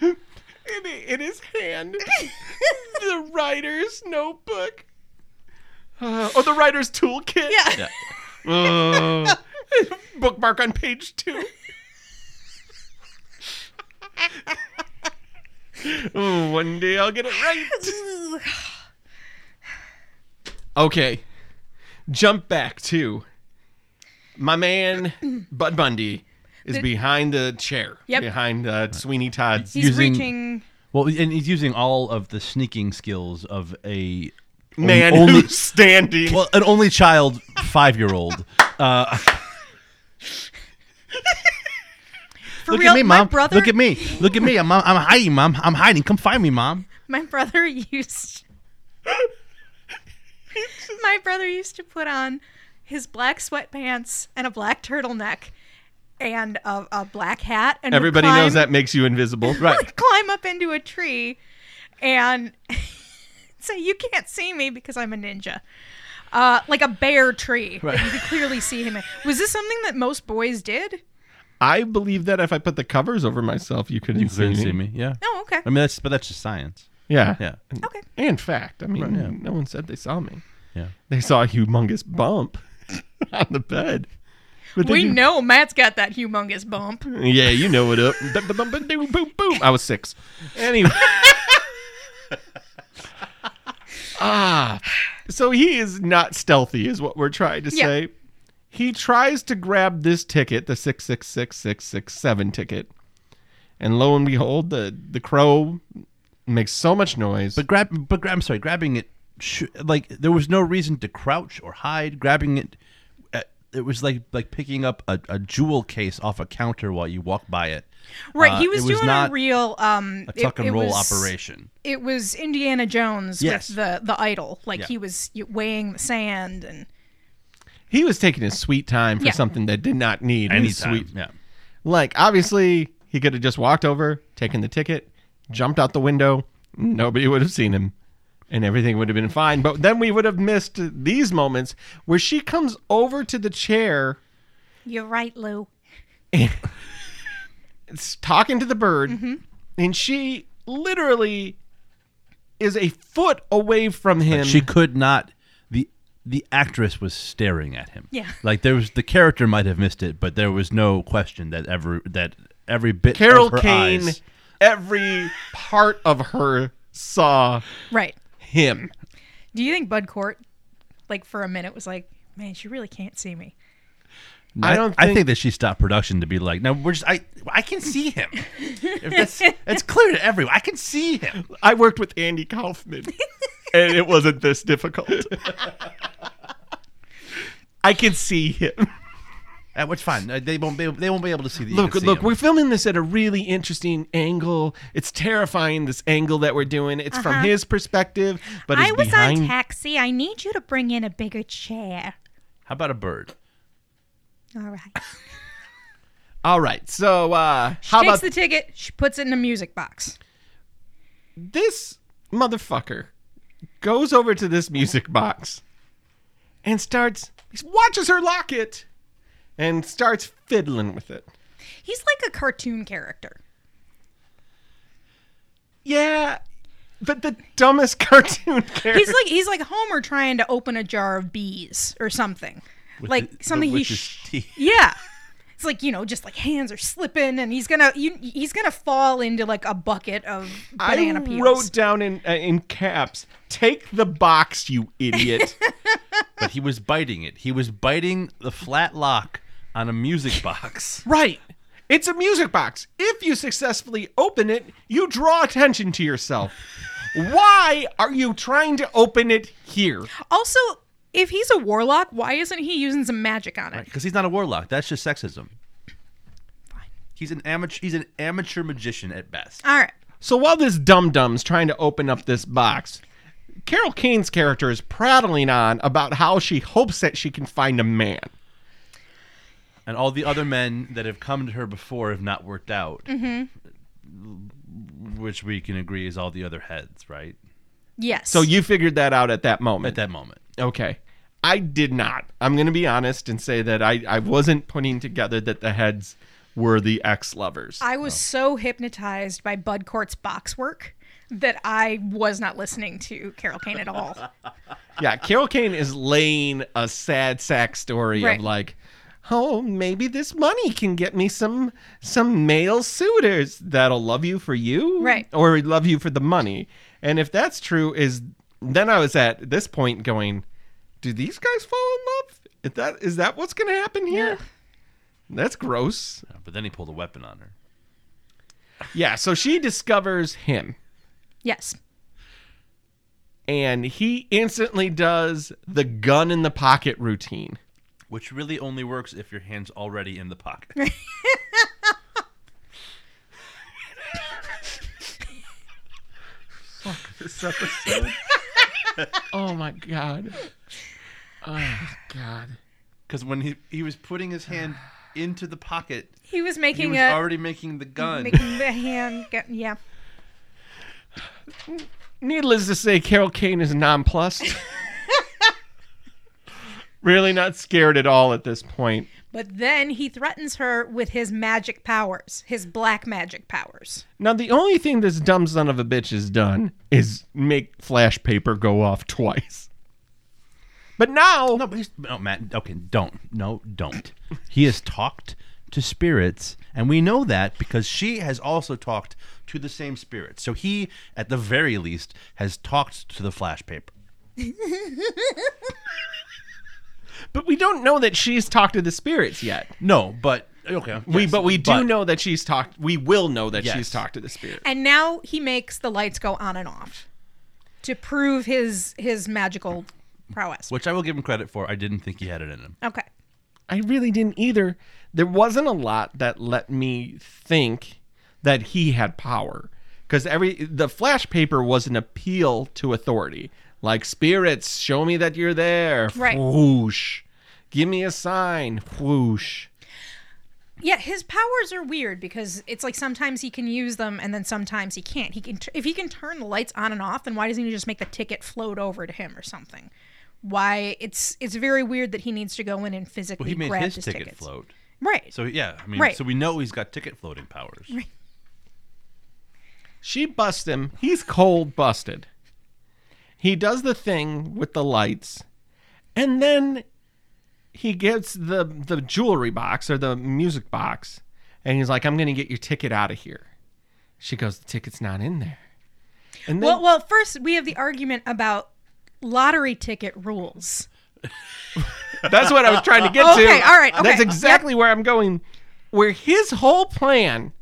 C: In, in his hand, the writer's notebook. Uh, oh, the writer's toolkit.
B: Yeah.
C: Uh, bookmark on page two. Ooh, one day I'll get it right. Okay. Jump back to my man Bud Bundy is behind the chair.
B: Yep.
C: Behind uh, Sweeney Todd's.
B: He's
D: Using-
B: reaching.
D: well, and he's using all of the sneaking skills of a
C: man
D: only-
C: who's standing.
D: well, an only child five year old. Uh,
B: For
D: look
B: real,
D: at me,
B: my
D: mom.
B: brother.
D: Look at me. Look at me. I'm, I'm hiding, mom. I'm hiding. Come find me, mom.
B: My brother used My brother used to put on his black sweatpants and a black turtleneck and a, a black hat and would
C: Everybody
B: climb,
C: knows that makes you invisible. Right.
B: climb up into a tree and say you can't see me because I'm a ninja. Uh, like a bare tree. that You could clearly see him. in. Was this something that most boys did?
C: I believe that if I put the covers over myself, you couldn't,
D: You
C: see,
D: couldn't
C: me.
D: see me. Yeah.
B: Oh, okay.
D: I mean, that's but that's just science.
C: Yeah.
D: Yeah.
B: Okay.
C: And fact. I mean,
D: yeah.
C: no one said they saw me.
D: Yeah.
C: They saw a humongous bump on the bed. But they
B: We
C: didn't-
B: know Matt's got that humongous bump.
C: Yeah, you know it up. Boom, boom, boom, boom, boom. I was six. Anyway. Ah, so he is not stealthy, is what we're trying to
B: Yeah.
C: say. He tries to grab this ticket, the six six six six six seven ticket, and lo and behold, the the crow makes so much noise.
D: But grab, but grab. I'm sorry, grabbing it. Sh- like there was no reason to crouch or hide. Grabbing it, uh, it was like like picking up a, a jewel case off a counter while you walk by it.
B: Right,
D: Uh,
B: he was,
D: it was
B: doing
D: not
B: a real um
D: A
B: it-
D: tuck and
B: it
D: roll
B: was-
D: operation.
B: It was Indiana Jones
D: Yes.
B: with the the idol. Like
D: Yeah.
B: he was weighing the sand and
C: he was taking his sweet time for
B: Yeah.
C: something that did not need any
D: Anytime.
C: sweet.
D: Yeah.
C: Like obviously, he could have just walked over, taken the ticket, jumped out the window. Nobody would have seen him, and everything would have been fine. But then we would have missed these moments where she comes over to the chair
B: You're right, Lou.
C: it's talking to the bird, and she literally is a foot away from him.
D: She could not. the The actress was staring at him.
B: Yeah.
D: Like there was the character might have missed it, but there was no question that ever that every bit
C: Carol
D: of her
C: Kane,
D: eyes-
C: every part of her saw
B: Right.
C: him.
B: Do you think Bud Court, like for a minute, was like, "Man, she really can't see me."
C: I don't
D: I
C: think-
D: think that she stopped production to be like, no, we're just. I I can see him. If that's that's clear to everyone. I can see him.
C: I worked with Andy Kaufman, and it wasn't this difficult. I can see him.
D: Uh, which fine. Uh, They won't be. They won't be able to see the. you
C: Look,
D: can see
C: look,
D: him.
C: we're filming this at a really interesting angle. It's terrifying this angle that we're doing. It's from his perspective, but it's
B: Uh-huh. I was
C: behind
B: on taxi. I need you to bring in a bigger chair.
D: How about a bird?
B: All right.
C: All right. So, uh, how
B: Takes
C: about
B: the ticket. She puts it in a music box.
C: this motherfucker goes over to this music box and starts, he watches her lock it and starts fiddling with it.
B: He's like a cartoon character.
C: Yeah. But the dumbest cartoon character.
B: He's like he's like Homer trying to open a jar of bees or something, like something he.
D: with his
B: Sh-
D: teeth.
B: yeah. It's like you know, just like hands are slipping, and he's gonna you, he's gonna fall into like a bucket of banana
C: I
B: peels.
C: wrote down in uh, in caps, take the box, you idiot.
D: But he was biting it. He was biting the flat lock on a music box.
C: right. It's a music box. If you successfully open it, you draw attention to yourself. Why are you trying to open it here?
B: Also, if he's a warlock, why isn't he using some magic on it?
D: Because he's not a warlock. That's just sexism. He's an amateur. He's an amateur magician at best.
B: All right.
C: So while this dum dum's trying to open up this box, Carol Kane's character is prattling on about how she hopes that she can find a man.
D: And all the other men that have come to her before have not worked out. Which we can agree is all the other heads, right?
B: Yes.
C: So you figured that out at that
D: At
C: moment.
D: that moment.
C: okay. I did not. I'm going to be honest and say that I, I wasn't putting together that the heads were the ex lovers.
B: I
D: Oh.
B: was so hypnotized by Bud Court's box work that I was not listening to Carol Kane at all.
C: Yeah, Carol Kane is laying a sad sack story
B: Right.
C: of like, oh, maybe this money can get me some some male suitors that'll love you for you,
B: Right.
C: Or love you for the money. And if that's true, is then I was at this point going, do these guys fall in love? Is that is that what's going to happen here? That's gross.
D: Uh, But then he pulled a weapon on her.
C: Yeah. So she discovers him.
B: yes.
C: And he instantly does the gun in the pocket routine.
D: Which really only works if your hand's already in the pocket.
C: this episode. oh my god. Oh god.
D: Because when he, he was putting his hand into the pocket,
B: He was
D: he
B: making
D: was
B: a
D: already making the gun.
B: making the hand get, yeah.
C: Needless to say, Carol Kane is nonplussed. really not scared at all at this point.
B: But then he threatens her with his magic powers, his black magic powers.
C: Now the only thing this dumb son of a bitch has done is make flash paper go off twice. But now
D: No, but he's, no, Matt. Okay, don't. No, don't. He has talked to spirits, and we know that because she has also talked to the same spirit. So he, at the very least, has talked to the flash paper.
C: But we don't know that she's talked to the spirits yet.
D: No, but okay.
C: we
D: yes,
C: but we do know that she's talked. We will know that
D: Yes.
C: she's talked to the spirit.
B: And now he makes the lights go on and off to prove his his magical prowess.
D: which I will give him credit for. I didn't think he had it in him.
B: Okay.
C: I really didn't either. There wasn't a lot that let me think that he had power because every the flash paper was an appeal to authority, like spirits, show me that you're there.
B: Right.
C: Whoosh. Give me a sign. Whoosh.
B: Yeah, his powers are weird because it's like sometimes he can use them and then sometimes he can't. He can if he can turn the lights on and off, then why doesn't he just make the ticket float over to him or something? Why it's it's very weird that he needs to go in and physically
D: Well, he made
B: grab
D: his,
B: his
D: ticket
B: tickets.
D: float.
B: Right.
D: So yeah, I mean,
B: Right.
D: so we know he's got ticket floating powers.
C: She busts him. He's cold busted. He does the thing with the lights, and then he gets the the jewelry box or the music box, and he's like, "I'm going to get your ticket out of here." She goes, "The ticket's not in there." And then
B: Well, well, first we have the argument about lottery ticket rules.
C: that's what I was trying to get to.
B: Okay, all right, okay.
C: That's exactly where I'm going. Where his whole plan,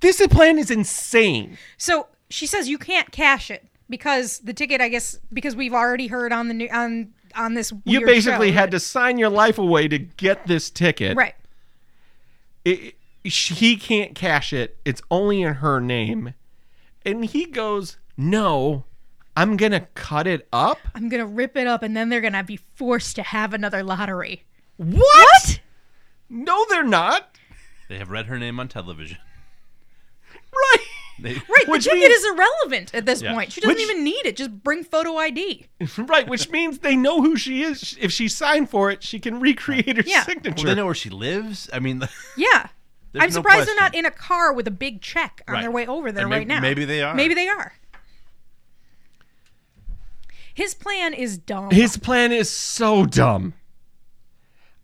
C: this plan is insane.
B: So she says you can't cash it because the ticket, I guess, because we've already heard on the new on on this. Weird
C: You basically
B: show.
C: had to sign your life away to get this ticket.
B: right.
C: it, she, he can't cash it. It's only in her name. And he goes, No, I'm going to cut it up.
B: I'm gonna rip it up, and then they're gonna be forced to have another lottery.
C: What? No, they're not.
D: They have read her name on television.
C: Right.
D: They,
B: Right,
C: Which
B: the ticket
C: means-
B: is irrelevant at this
D: Yeah.
B: point. She doesn't
C: Which-
B: even need it. Just bring photo ID.
C: right. Which means they know who she is. If she signed for it, she can recreate her
B: Yeah.
D: Well,
C: signature.
D: they know where she lives. I mean,
B: Yeah.
D: There's
B: I'm
D: no
B: surprised they're not
D: question.
B: in a car with a big check on
D: Right.
B: their way over there
D: And
B: right
D: maybe-
B: now.
D: maybe they are.
B: Maybe they are. His plan is dumb.
C: His plan is so dumb.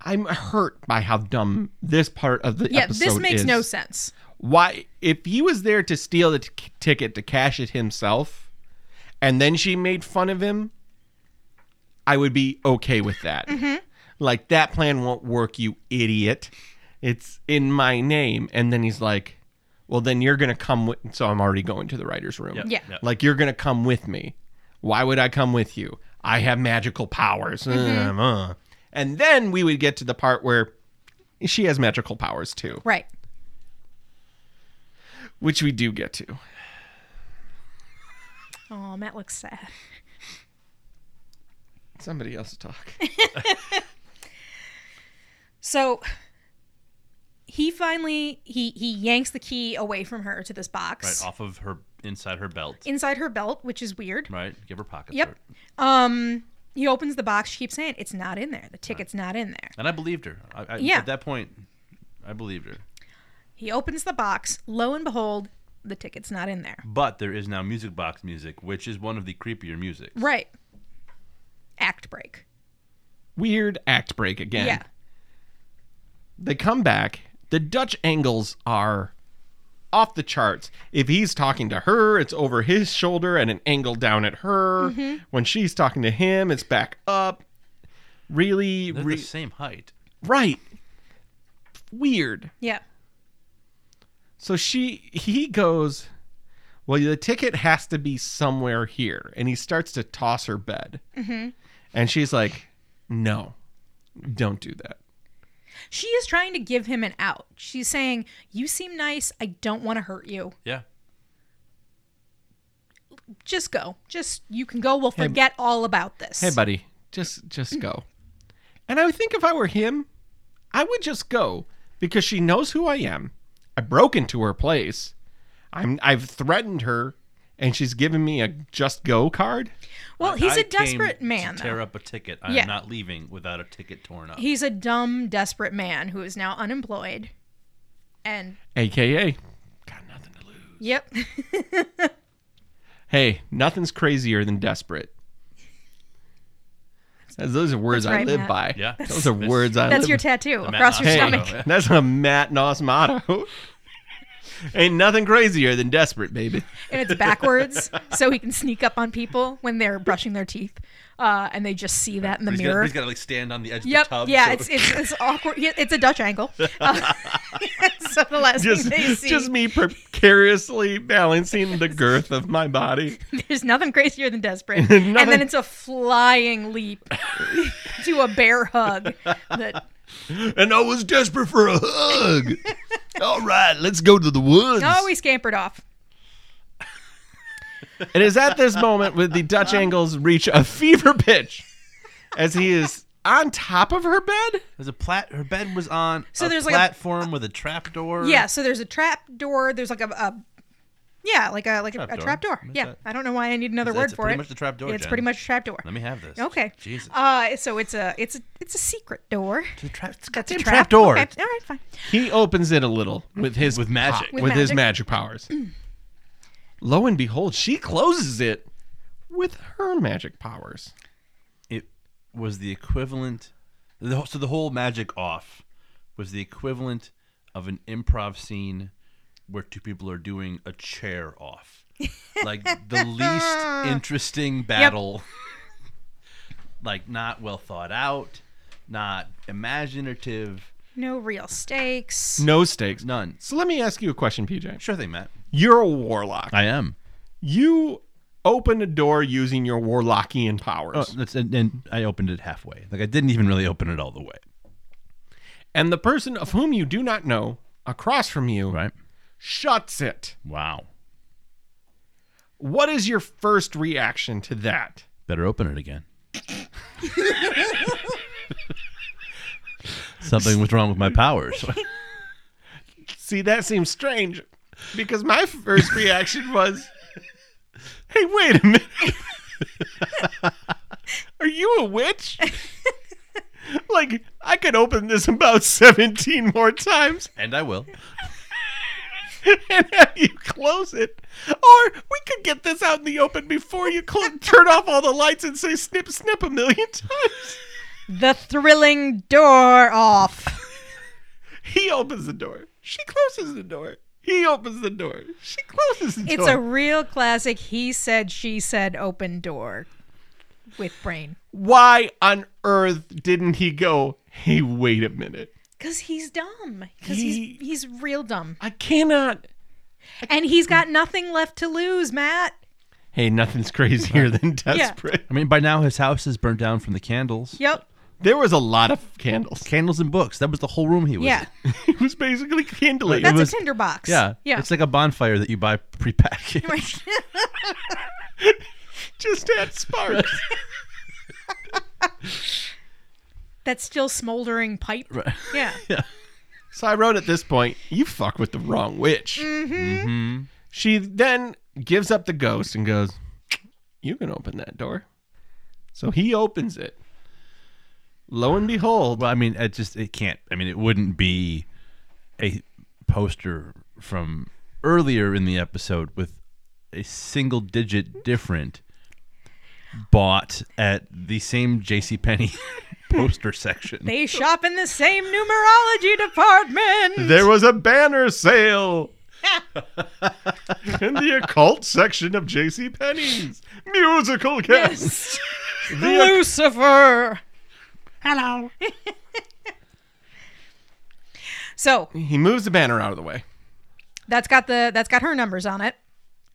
C: I'm hurt by how dumb this part of the
B: yeah,
C: episode
B: this makes
C: is.
B: no sense.
C: why if he was there to steal the t- ticket to cash it himself and then she made fun of him i would be okay with that
B: Mm-hmm.
C: like that plan won't work you idiot it's in my name and then he's like well then you're gonna come with so i'm already going to the writers room
B: Yeah.
D: Yep.
C: like you're gonna come with me why would i come with you i have magical powers
B: Mm-hmm.
C: Um, uh. and then we would get to the part where she has magical powers too
B: Right.
C: which we do get to
B: Oh, Matt looks sad.
C: Somebody else talk.
B: So he finally he he yanks the key away from her to this box
D: right off of her inside her belt.
B: inside her belt, which is weird.
D: right, give her pockets.
B: Yep.
D: hurt.
B: Um, he opens the box. She keeps saying it's not in there. The ticket's not in there.
D: And I believed her. I, I,
B: Yeah.
D: At that point, I believed her.
B: He opens the box. Lo and behold, the ticket's not in there.
D: But there is now music box music, which is one of the creepier music.
B: Right. Act break.
C: Weird act break again.
B: Yeah.
C: They come back. The Dutch angles are off the charts. If he's talking to her, it's over his shoulder and an angle down at her. When she's talking to him, it's back up. Really,
D: They're
C: re-
D: the same height.
C: right. Weird.
B: Yeah.
C: So she he goes, well, the ticket has to be somewhere here, and he starts to toss her bed, mm-hmm. and she's like, no, don't do that.
B: She is trying to give him an out. She's saying, "You seem nice. I don't want to hurt you.
D: Yeah.
B: Just go. Just you can go. We'll forget all about this."
C: Hey, buddy, just just go. And I would think if I were him, I would just go because she knows who I am. I broke into her place. I'm I've threatened her, and she's given me a just go card.
B: well, he's
D: a
B: a desperate man.
D: To
B: though.
D: tear up a ticket. I
B: Yeah.
D: am not leaving without a ticket torn up.
B: He's a dumb, desperate man who is now unemployed. And
C: AKA, got nothing to lose.
B: yep,
C: Hey, nothing's crazier than desperate. That's- Those are words
B: That's
C: I
B: right,
C: live
B: Matt.
C: by.
D: Yeah.
C: Those are words I
B: that's your
C: live
B: tattoo
D: The Matt
B: across your
C: by.
D: Knox
B: stomach.
D: motto.
C: Hey, that's a Matt Noss motto. Ain't nothing crazier than desperate, baby.
B: and it's backwards, so he can sneak up on people when they're brushing their teeth, uh, and they just see that in the
F: But he's
B: mirror.
F: gotta, he's gotta like stand on the edge
B: Yep.
F: of the tub.
B: yeah,
F: so-
B: it's, it's it's awkward. Yeah, It's a Dutch angle. Uh, so the last
C: Just,
B: thing they see,
C: just me precariously balancing the girth of my body.
B: there's nothing crazier than desperate. And then
C: Nothing-
B: it's a flying leap to a bear hug. That
C: And I was desperate for a hug.
D: All right, let's go to the woods.
B: oh, we scampered off.
C: It is at this moment with the Dutch
B: Uh-huh.
C: angles reach a fever pitch as he is on top of her bed.
F: There's a plat. Her bed was on
B: So
F: a
B: there's, like, a-
F: platform with a trap door.
B: Yeah. So there's a trap door. There's like a, a yeah, like a like a, a
F: Trapdoor.
B: trap door. Yeah. I don't know why I need another
F: That's
B: word
F: a-
B: for
F: pretty
B: it.
F: much a trapdoor,
B: It's
F: Jen.
B: pretty much a trap door.
F: Let me have this.
B: Okay.
F: Jesus.
B: Uh, so it's a it's a it's a secret door.
F: The trap- it's
B: That's
F: goddamn
B: a
F: trap
B: trap
F: door.
B: Okay. All right. Fine.
C: He opens it a little with his with magic with,
B: With
C: his
B: magic.
C: magic powers. Lo and behold, she closes it with her magic powers.
F: It was the equivalent. The, whole- so the whole magic off was the equivalent of an improv scene where two people are doing a chair off, like the least interesting battle. like not well thought out, not imaginative.
B: No real stakes.
C: No stakes.
F: None.
C: So let me ask you a question, PJ.
F: Sure thing, Matt.
C: You're a warlock.
D: I am.
C: You open a door using your warlockian powers.
D: Oh, that's, and, and I opened it halfway. Like I didn't even really open it all the way.
C: and the person of whom you do not know across from you
D: Right.
C: shuts it.
D: Wow.
C: What is your first reaction to that?
D: Better open it again. Something was wrong with my powers.
C: See, that seems strange because my first reaction was, hey, wait a minute. Are you a witch? like, I could open this about 17 more times
F: And I will.
C: and have you close it. Or we could get this out in the open before you cl- turn off all the lights and say snip, snip a million times.
B: The thrilling door off.
C: He opens the door. She closes the door. He opens the door. She closes the door.
B: It's a real classic. He said, she said, open door with brain.
C: why on earth didn't he go, hey, wait a minute?
B: Because he's dumb. Because
C: He-
B: he's, he's real dumb.
C: I cannot.
B: And he's got nothing left to lose, Matt.
C: Hey, nothing's crazier than desperate.
D: I mean, by now his house is burnt down from the candles.
B: Yep.
C: There was a lot of candles.
D: Candles and books. That was the whole room he was.
B: Yeah.
D: In.
C: It was basically kindling.
B: That's
D: was-
B: a tinderbox.
D: Yeah.
B: Yeah.
D: It's like a bonfire that you buy prepackaged.
C: just had sparks.
B: that still smoldering pipe. Yeah.
C: so I wrote at this point, you fuck with the wrong witch. Mm-hmm. She then gives up the ghost and goes, you can open that door. So he opens it. Lo and behold,
D: Well, I mean, it just it can't. I mean, it wouldn't be a poster from earlier in the episode with a single digit different bought at the same JC Penney poster section.
B: They shop in the same numerology department.
C: There was a banner sale in the occult section of J.C. Penney's musical guest.
B: Yes. Lucifer.
C: Hello.
B: So
C: He moves the banner out of the way.
B: that's got the that's got her numbers on it.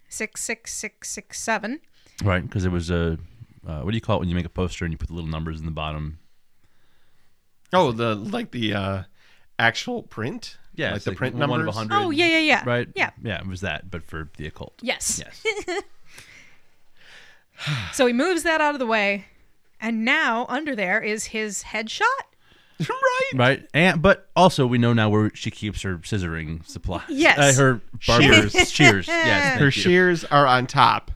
B: Six six six six seven.
D: Right, because it was a uh, what do you call it when you make a poster and you put the little numbers in the bottom?
C: Oh, the like the uh, actual print. like
D: it's
C: the print
D: one
C: numbers.
D: of a hundred.
B: Oh yeah yeah yeah.
D: Right.
B: Yeah.
D: Yeah, it was that, but for the occult.
B: Yes.
D: Yes.
B: So he moves that out of the way, and now under there is his headshot.
C: right.
D: Right, and but also we know now where she keeps her scissoring supplies.
B: Yes.
D: uh, her barbers, shears. Yes, thank
C: Her
D: you.
C: shears are on top.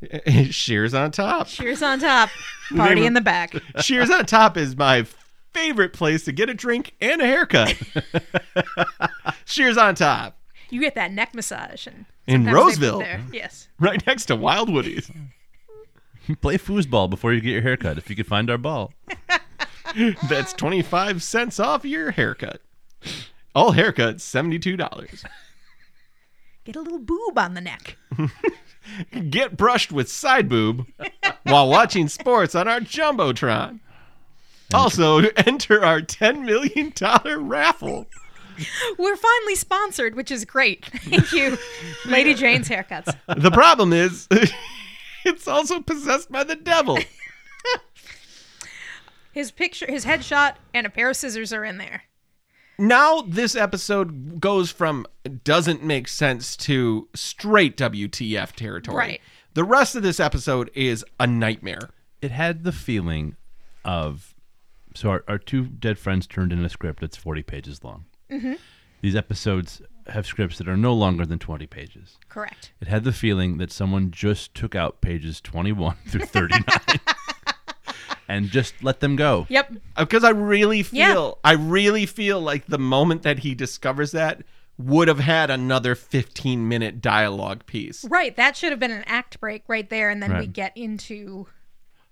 C: shears on top.
B: Cheers on top, party in the back.
C: Shears on top is my favorite place to get a drink and a haircut. shears on top.
B: You get that neck massage and
C: In
B: sometimes they put
C: Roseville.
B: There. Yes.
C: right next to Wild Woody's.
D: Play foosball before you get your haircut. If you could find our ball,
C: That's 25 cents off your haircut. All haircuts, $72.
B: Get a little boob on the neck.
C: Get brushed with side boob while watching sports on our Jumbotron. Also, enter our $10 million raffle.
B: We're finally sponsored, which is great. Thank you, Lady Jane's haircuts.
C: The problem is, it's also possessed by the devil.
B: His picture, his headshot, and a pair of scissors are in there.
C: Now, this episode goes from doesn't make sense to straight WTF territory.
B: Right.
C: The rest of this episode is a nightmare.
D: It had the feeling of so our, our two dead friends turned in a script that's 40 pages long.
B: Mm-hmm.
D: These episodes have scripts that are no longer than 20 pages.
B: Correct.
D: It had the feeling that someone just took out pages 21 through 39 and just let them go.
B: Yep.
C: because Uh, I really
B: Yeah.
C: feel I really feel like the moment that he discovers that would have had another 15 minute dialogue piece.
B: Right. That should have been an act break right there, and then we
D: Right.
B: get into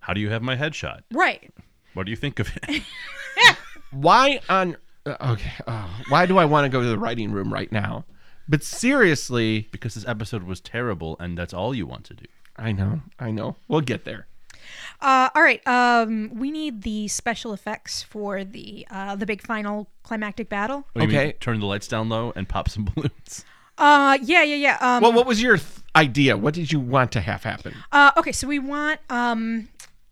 D: How do you have my headshot?
B: right.
D: What do you think of it?
C: Why on uh, okay, oh, why do I want to go to the writing room right now? But seriously,
D: because this episode was terrible and that's all you want to do.
C: I know, I know. We'll get there.
B: Uh, all right. Um, we need the special effects for the uh, the big final climactic battle.
D: What do you mean,
C: Okay.
D: turn the lights down low and pop some balloons.
B: Uh, yeah, yeah, yeah. Um,
C: Well, what was your th- idea? What did you want to have happen?
B: Uh, okay, so we want um,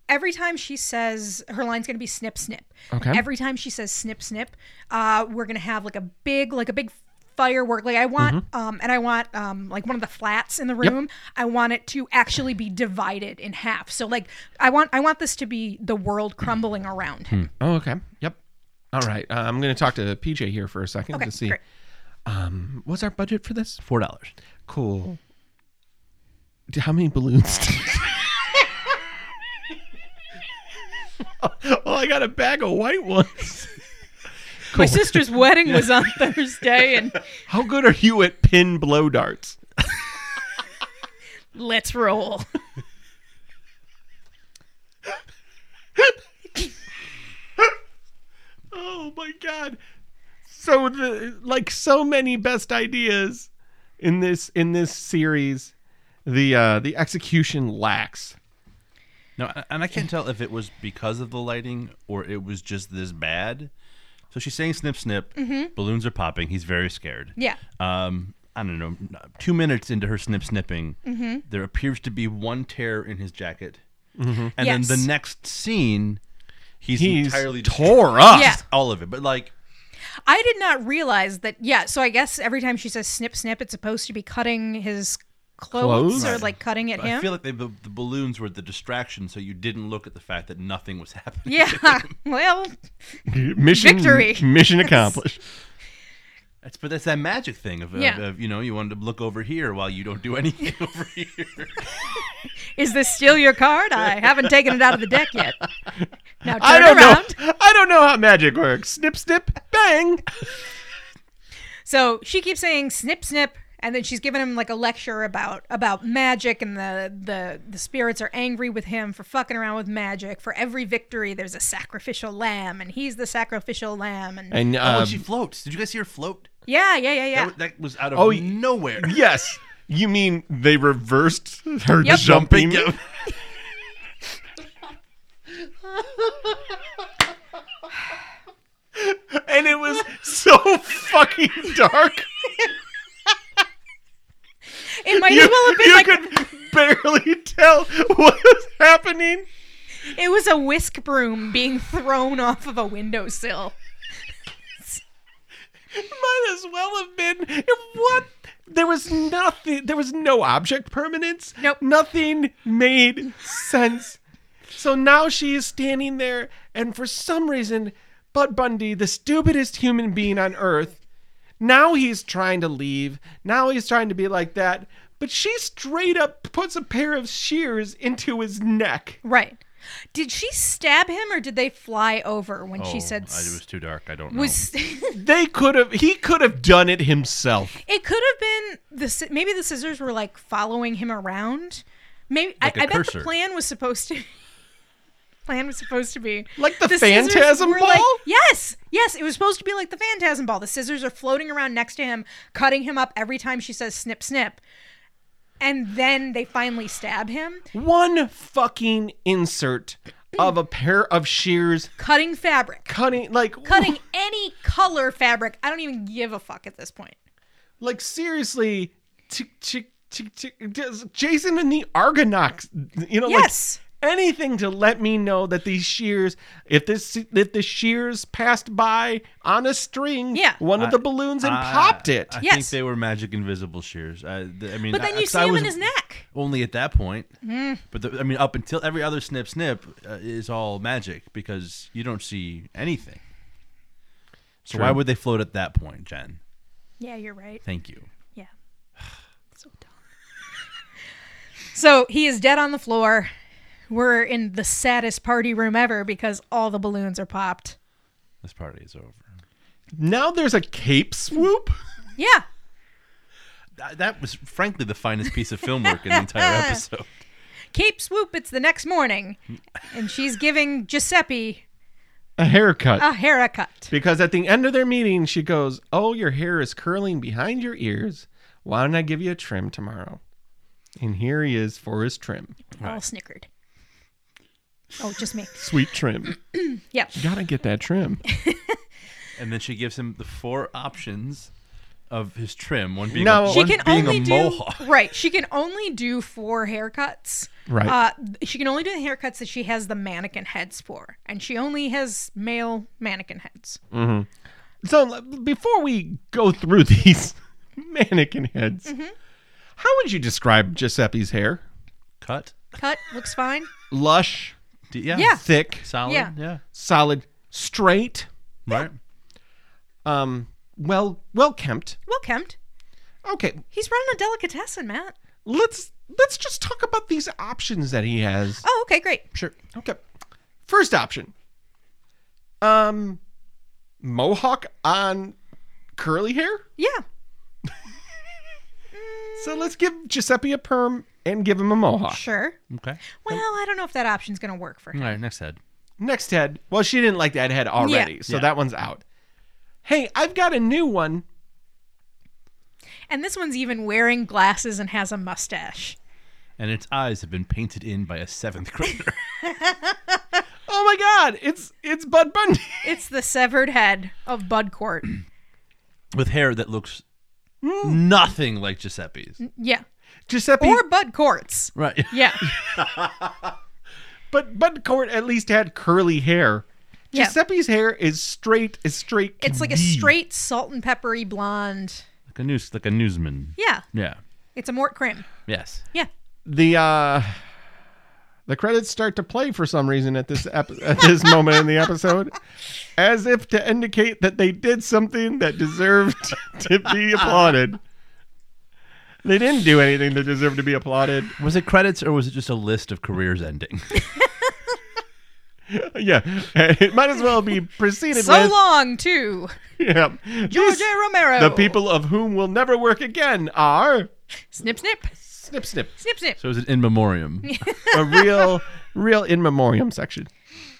B: every time she says her line's gonna be snip snip.
C: Okay.
B: Every time she says snip snip, uh, we're gonna have like a big like a big firework. Like I want
C: Mm-hmm.
B: um, and I want um, like one of the flats in the room. I want it to actually be divided in half. So like I want I want this to be the world crumbling around him.
C: Oh, okay. Yep. All right. Uh, I'm going to talk to PJ here for a second
B: Okay,
C: to see
B: great.
C: what's our budget for this?
D: Four dollars.
B: Mm.
C: Cool. D- How many balloons? well, Oh, I got a bag of white ones.
B: My sister's wedding was on Thursday, and
C: How good are you at pin blow darts?
B: let's roll.
C: Oh my god. So the like so many best ideas in this in this series, the uh the execution lacks.
F: No, a- and I can't tell if it was because of the lighting or it was just this bad. So she's saying snip snip, balloons are popping. He's very scared.
B: Yeah.
F: Um, I don't know. n- Two minutes into her snip snipping, there appears to be one tear in his jacket, and
B: Yes.
F: then the next scene, he's,
C: He's
F: entirely
C: tore up.
B: Yeah.
F: all of it. But like,
B: I did not realize that. Yeah, so I guess every time she says snip snip, it's supposed to be cutting his clothes,
C: Clothes?
B: or
C: Right.
B: like cutting at him.
F: I feel like they, the, the balloons were the distraction, so you didn't look at the fact that nothing was happening.
B: yeah. well,
C: Mission
B: Victory.
C: Mission accomplished.
F: That's but that's that magic thing of, of-
B: Yeah.
F: of, you know you wanted to look over here while you don't do anything over here.
B: is this still your card? I haven't taken it out of the deck yet. Now
C: I
B: turn
C: don't
B: around.
C: know. I don't know how magic works. Snip snip bang.
B: So she keeps saying snip snip, and then she's giving him like a lecture about about magic, and the the the spirits are angry with him for fucking around with magic. For every victory, there's a sacrificial lamb, and he's the sacrificial lamb, and
C: And
F: oh,
D: um,
C: uh,
F: and she floats. Did you guys see her float?
B: yeah, yeah, yeah, yeah.
F: That, wa- that was out of
C: Oh, y-
F: nowhere.
C: Yes. You mean they reversed her
B: Yep.
C: jumping? and it was so fucking dark.
B: it might
C: You,
B: as well have been
C: you
B: like
C: could barely tell what was happening.
B: It was a whisk broom being thrown off of a windowsill.
C: Might as well have been. What? There was nothing. There was no object permanence.
B: Nope.
C: Nothing made sense. So now she is standing there, and for some reason, Bud Bundy, the stupidest human being on earth, now he's trying to leave. Now he's trying to be like that. But she straight up puts a pair of shears into his neck.
B: Right. Did she stab him or did they fly over when she said
D: Oh, I, it was too dark. I don't know.
B: was
C: They could have. He could have done it himself.
B: it could have been the sci- maybe the scissors were like following him around. Maybe
F: Like a
B: I, I bet
F: cursor.
B: the plan was supposed to plan was supposed to be.
C: Like the
B: scissors
C: phantasm
B: were like-
C: ball?
B: yes, yes. It was supposed to be like the phantasm ball. The scissors are floating around next to him, cutting him up every time she says snip, snip. And then they finally stab him,
C: One fucking insert of a pair of shears
B: cutting fabric,
C: cutting like
B: cutting any color fabric. I don't even give a fuck at this point.
C: like seriously tick, tick, tick, tick, does- Jason and the Argonauts you know
B: Yes.
C: like anything to let me know that these shears if this if the shears passed by on a string
B: Yeah.
C: one of the balloons and popped it
D: I think
B: Yes.
D: they were magic invisible shears. I, th- I mean,
B: But then
D: I-
B: you
D: 'cause
B: see
D: I
B: him
D: was
B: in his neck. Mm-hmm.
D: Only at that point. But the, I mean, up until every other snip snip uh, is all magic because you don't see anything. So why would they float at that point, Jen?
B: Yeah, you're right.
D: Thank you.
B: Yeah. So dumb. So he is dead on the floor. We're in the saddest party room ever because all the balloons are popped.
D: This party is over.
C: now there's a cape swoop
B: Yeah.
D: That, that was frankly the finest piece of film work in the entire episode.
B: Cape swoop, it's the next morning. And she's giving Giuseppe
C: a haircut
B: a haircut.
C: Because at the end of their meeting, she goes, Oh, your hair is curling behind your ears. Why don't I give you a trim tomorrow? And here he is for his trim.
B: All snickered. Oh, just me.
C: Sweet trim.
B: Yeah.
C: Gotta get that trim.
D: And then she gives him the four options of his trim. One being
C: No.
D: a,
C: She
B: She
D: one
B: can
D: being
B: only
D: a
B: do
D: mohawk.
B: right. She can only do four haircuts.
C: Right.
B: Uh, she can only do the haircuts that she has the mannequin heads for, and she only has male mannequin heads.
C: So l- before we go through these mannequin heads, how would you describe Giuseppe's hair?
D: Cut.
B: Cut looks fine.
C: Lush,
D: D- Yeah.
B: Yeah.
C: thick,
D: Solid.
B: Yeah.
D: yeah.
C: solid, straight,
D: Right.
C: um, well well kempt.
B: Well kempt.
C: Okay,
B: He's running a delicatessen, Matt.
C: let's let's just talk about these options that he has.
B: Oh, okay, great.
C: Sure. Okay. First option. Um mohawk on curly hair?
B: Yeah.
C: So let's give Giuseppe a perm and give him a mohawk.
B: Sure.
D: Okay.
B: Well, I don't know if that option's gonna work for him.
D: All right. Next head.
C: Next head. Well, she didn't like that head already, so
D: Yeah.
C: that one's out. Hey, I've got a new one.
B: And this one's even wearing glasses and has a mustache.
D: And its eyes have been painted in by a seventh grader.
C: Oh my god, it's it's Bud Bundy.
B: It's the severed head of Bud Court.
D: with hair that looks
B: Mm.
D: nothing like Giuseppe's.
B: yeah.
C: Giuseppe
B: Or Bud Court's.
D: Right.
B: Yeah.
C: but Bud Court at least had curly hair.
B: Yeah.
C: Giuseppe's hair is straight is straight.
B: It's like a straight salt and peppery blonde.
D: Like a news like a newsman.
B: Yeah.
D: Yeah.
B: It's a Mort Crim.
D: Yes.
B: Yeah.
C: the uh the credits start to play for some reason at this ep- at this moment in the episode as if to indicate that they did something that deserved to be applauded they didn't do anything that deserved to be applauded
D: Was it credits or was it just a list of careers ending?
C: yeah it might as well be preceded
B: So
C: with
B: long, too.
C: yeah
B: George
C: These-
B: A. Romero.
C: the people of whom will never work again are
B: Snip, snip.
C: snip snip
B: Snip, snip.
D: so is it in memoriam?
C: a real, real in memoriam section.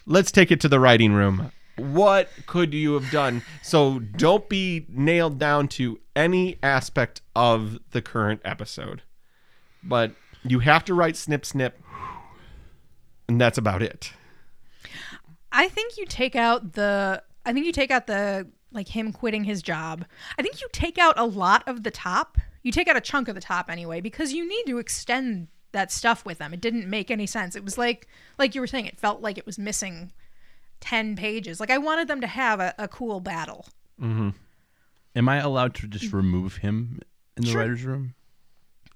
C: Let's take it to the writing room. What could you have done? So don't be nailed down to any aspect of the current episode, but you have to write snip snip, and that's about it.
B: I think you take out the. I think you take out the like him quitting his job. I think you take out a lot of the top. You take out a chunk of the top anyway because you need to extend that stuff with them. It didn't make any sense. It was like like you were saying. It felt like it was missing ten pages. Like I wanted them to have a, a cool battle.
D: Am I allowed to just remove him in the writer's room?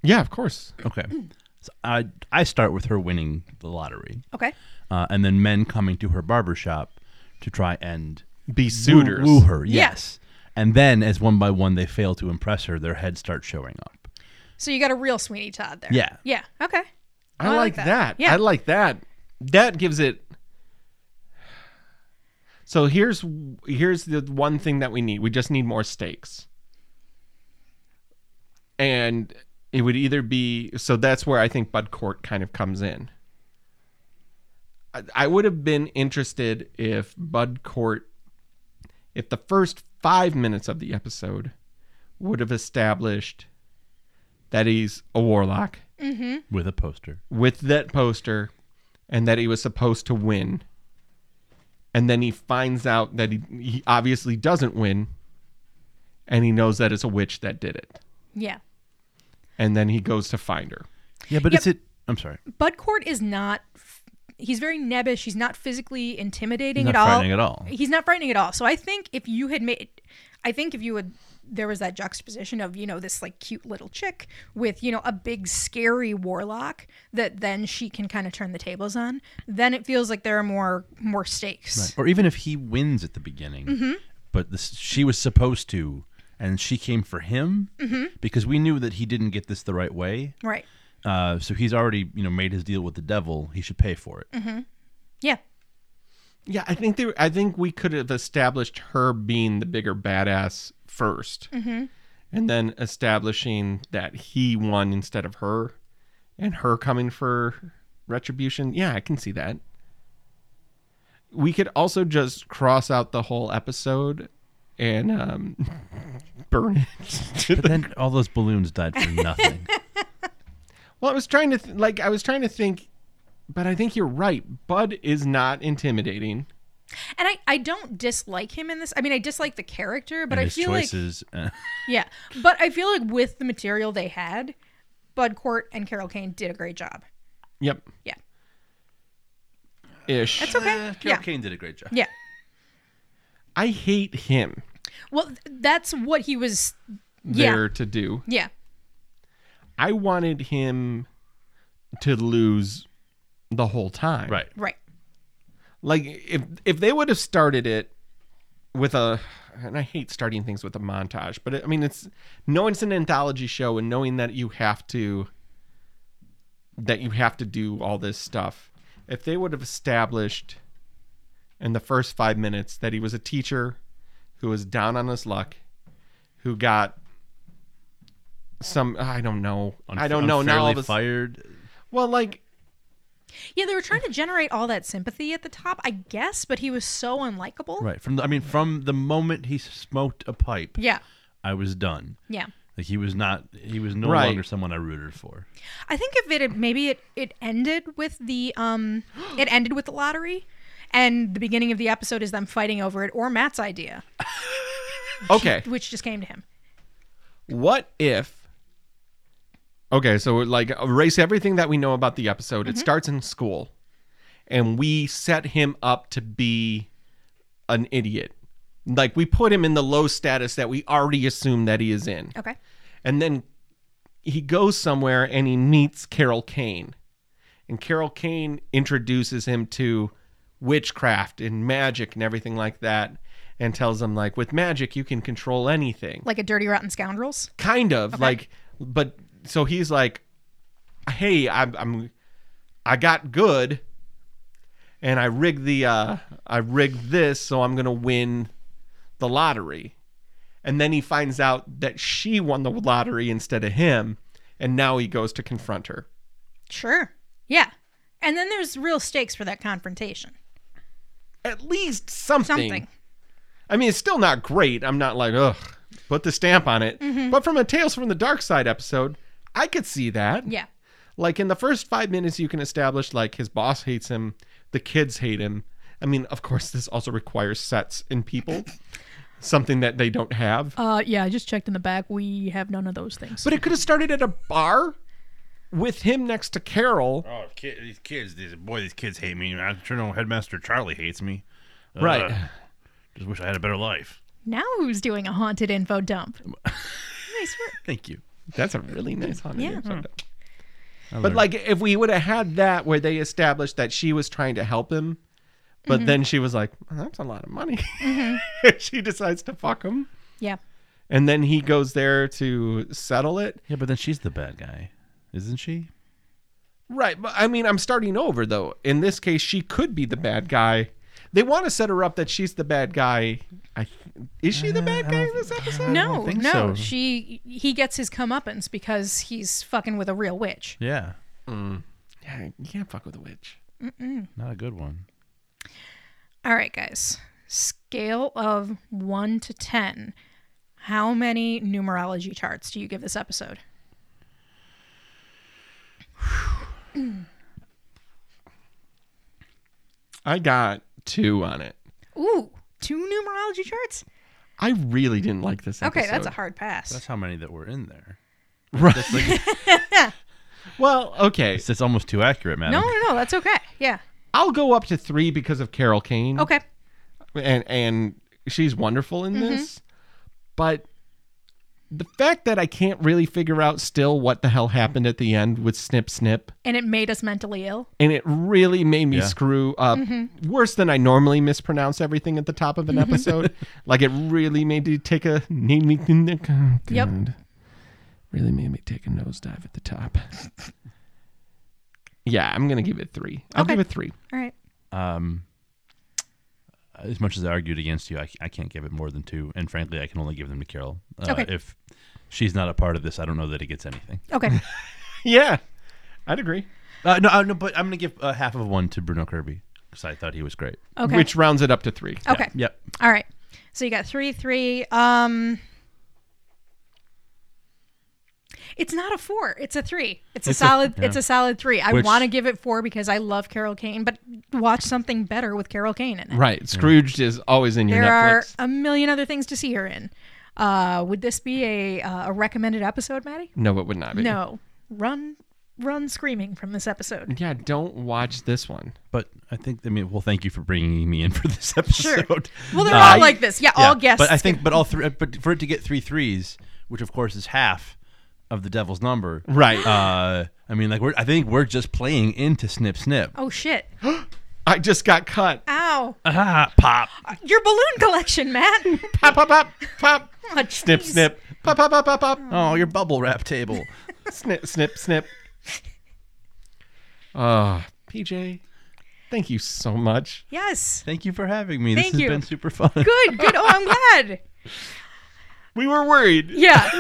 C: Yeah, of course.
D: Okay. So I I start with her winning the lottery.
B: Okay.
D: Uh, and then men coming to her barber shop to try and
C: Be
D: woo,
C: suitors.
D: woo her.
B: Yeah.
D: Yes. And then as one by one they fail to impress her, their heads start showing up.
B: So you got a real Sweeney Todd there.
D: Yeah.
B: Yeah. Okay.
C: I,
B: Oh, I
C: like,
B: like
C: that.
B: that. Yeah.
C: I like that. That gives it. So here's here's the one thing that we need. We just need more stakes. And it would either be so that's where I think Bud Court kind of comes in. I, I would have been interested if Bud Court, if the first five minutes of the episode would have established that he's a warlock
D: with a poster.
C: with that poster and that he was supposed to win. And then he finds out that he, he obviously doesn't win and he knows that it's a witch that did it.
B: Yeah.
C: And then he goes to find her.
D: Yeah, but
B: Yep.
D: it's it. I'm sorry.
B: Budcourt is not. f- He's very nebbish. He's not physically intimidating
D: He's
B: at all.
D: not frightening at all.
B: He's not frightening at all. So I think if you had made, I think if you would, there was that juxtaposition of you know this like cute little chick with you know a big scary warlock that then she can kind of turn the tables on. Then it feels like there are more more stakes.
D: Or even if he wins at the beginning,
B: Mm-hmm.
D: but this, she was supposed to, and she came for him
B: Mm-hmm.
D: because we knew that he didn't get this the right way.
B: Right.
D: Uh, so he's already, you know, made his deal with the devil. He should pay for it.
B: Mm-hmm. Yeah.
C: Yeah, I think they, I think we could have established her being the bigger badass 1st and then establishing that he won instead of her, and her coming for retribution. Yeah, I can see that. We could also just cross out the whole episode and um, burn it.
D: But then all those balloons died for nothing.
C: well, I was trying to th- like I was trying to think, but I think you're right. Bud is not intimidating.
B: And I, I don't dislike him in this. I mean, I dislike the character, but
D: and
B: I
D: his
B: feel like
D: choices. uh,
B: Yeah, but I feel like with the material they had, Bud Court and Carol Kane did a great job.
C: Yep.
B: Yeah.
C: Ish.
B: It's okay.
F: Eh, Carol
B: yeah,
F: Kane did a great job.
B: yeah.
C: I hate him.
B: Well, th- that's what he was. Yeah,
C: there to do.
B: yeah.
C: I wanted him to lose the whole time.
D: Right.
B: Right.
C: Like if if they would have started it with a and I hate starting things with a montage, but I mean it's knowing it's an anthology show and knowing that you have to that you have to do all this stuff. If they would have established in the first 5 minutes that he was a teacher who was down on his luck, who got some I don't know. I don't know now all
D: unfairly
C: of a
D: fired.
C: well, like,
B: Yeah, they were trying to generate all that sympathy at the top, I guess, but he was so unlikable.
D: Right from the, I mean, from the moment he smoked a pipe,
B: Yeah,
D: I was done.
B: yeah.
D: Like he was not. He was no
C: Right.
D: longer someone I rooted for.
B: I think if it had, maybe it it ended with the um, it ended with the lottery. And the beginning of the episode is them fighting over it, or Matt's idea,
C: okay,
B: which just came to him.
C: what if? Okay, so like erase everything that we know about the episode. It starts in school, and we set him up to be an idiot. Like we put him in the low status that we already assume that he is in,
B: Okay.
C: and then he goes somewhere and he meets Carol Kane, and Carol Kane introduces him to witchcraft and magic and everything like that, and tells him like with magic you can control anything.
B: Like a dirty, rotten scoundrels.
C: kind of like but so he's like hey i'm i'm i got good and i rigged the uh i rigged this so i'm gonna win the lottery and then he finds out that she won the lottery instead of him and now he goes to confront her
B: Sure. Yeah. And then there's real stakes for that confrontation.
C: at least something,
B: Something.
C: i mean it's still not great i'm not like ugh put the stamp on it but from a tales from the dark side episode i could see that
B: Yeah.
C: like in the first five minutes you can establish like his boss hates him the kids hate him i mean of course this also requires sets and people something that they don't have
B: Uh yeah, I just checked in the back. We have none of those things.
C: but it could have started at a bar with him next to carol
F: Oh, kid, these kids, these, boy, these kids hate me. I sure know Headmaster Charlie hates me. Uh,
D: Uh,
C: right
F: Just wish I had a better life.
B: now who's doing a haunted info dump? nice work.
F: Thank you.
C: that's a really nice haunted
B: Yeah.
C: episode. but like if we would have had that where they established that she was trying to help him but then she was like "Well, that's a lot of money she decides to fuck him
B: Yeah.
C: and then he goes there to settle it
D: Yeah, but then she's the bad guy, isn't she?
C: Right, but I mean, I'm starting over though. In this case, she could be the bad guy. They want to set her up that she's the bad guy. I, is she the bad guy in this episode?
B: No,
D: think
B: no.
D: so.
B: She he gets his comeuppance because he's fucking with a real witch.
D: Yeah.
C: Yeah, you Uh, can't fuck with a witch.
D: Not a good one.
B: All right, guys. Scale of 1 to 10. How many numerology charts do you give this episode?
C: I got two on it.
B: Ooh, two numerology charts?
C: I really didn't like this episode.
B: Okay, that's a hard pass.
D: That's how many that were in there.
C: Right. well, okay.
D: It's, it's almost too accurate, man.
B: no, no, no, that's okay. Yeah.
C: I'll go up to three because of Carol Kane.
B: Okay. Mm-hmm.
C: and and she's wonderful in this but the fact that i can't really figure out still what the hell happened at the end with snip snip
B: And it made us mentally ill.
C: and it really made me screw up
B: Mm-hmm.
C: worse than i normally mispronounce everything at the top of an episode like it really made me take a made me oh,
B: Yep.
C: God. really made me take a nosedive at the top yeah i'm gonna give it three i'll
B: Okay.
C: give it three
B: All right.
D: Um, as much as I argued against you, I, I can't give it more than two. And frankly, I can only give them to Carol. Uh,
B: Okay.
D: If she's not a part of this, I don't know that it gets anything.
B: Okay.
C: yeah i'd agree
D: Uh, no, uh, no, but I'm going to give uh, half of one to Bruno Kirby because I thought he was great.
B: Okay.
C: which rounds it up to three
B: okay.
D: Yep.
B: All right. So you got three, three. Um, it's not a four. It's a three. It's a solid. It's a solid three. I
D: Which-
B: want to give it four because I love Carol Kane, but watch something better with Carol Kane in it.
C: Right. Scrooged is always in your
B: There are
C: Netflix.
B: a million other things to see her in. Uh, would this be a uh, a recommended episode, Maddie?
C: No, it would not be.
B: No. Run, run screaming from this episode.
C: Yeah, don't watch this one.
D: But I think, I mean, well, thank you for bringing me in for this episode.
B: Well, they're
D: Uh,
B: all like this. Yeah, all
D: yeah,
B: guests.
D: But I think, but all three, uh, but for it to get three threes, which of course is half of the devil's number.
C: Right.
D: Uh, I mean, like we're, I think we're just playing into snip snip.
B: oh shit!
C: I just got cut.
B: Ow!
D: Ah, pop.
B: Your balloon collection, Matt.
C: Pop, pop, pop, pop.
B: Oh,
C: Snip,
B: jeez.
C: snip. Pop, pop, pop, pop, pop.
D: Oh, your bubble wrap table.
C: Snip, snip, snip. Ah, PJ, thank you so much.
B: Yes.
D: Thank you for having me.
B: Thank
D: this has
B: you.
D: been super fun.
B: Good, good. Oh, I'm glad.
C: We were worried,
B: Yeah.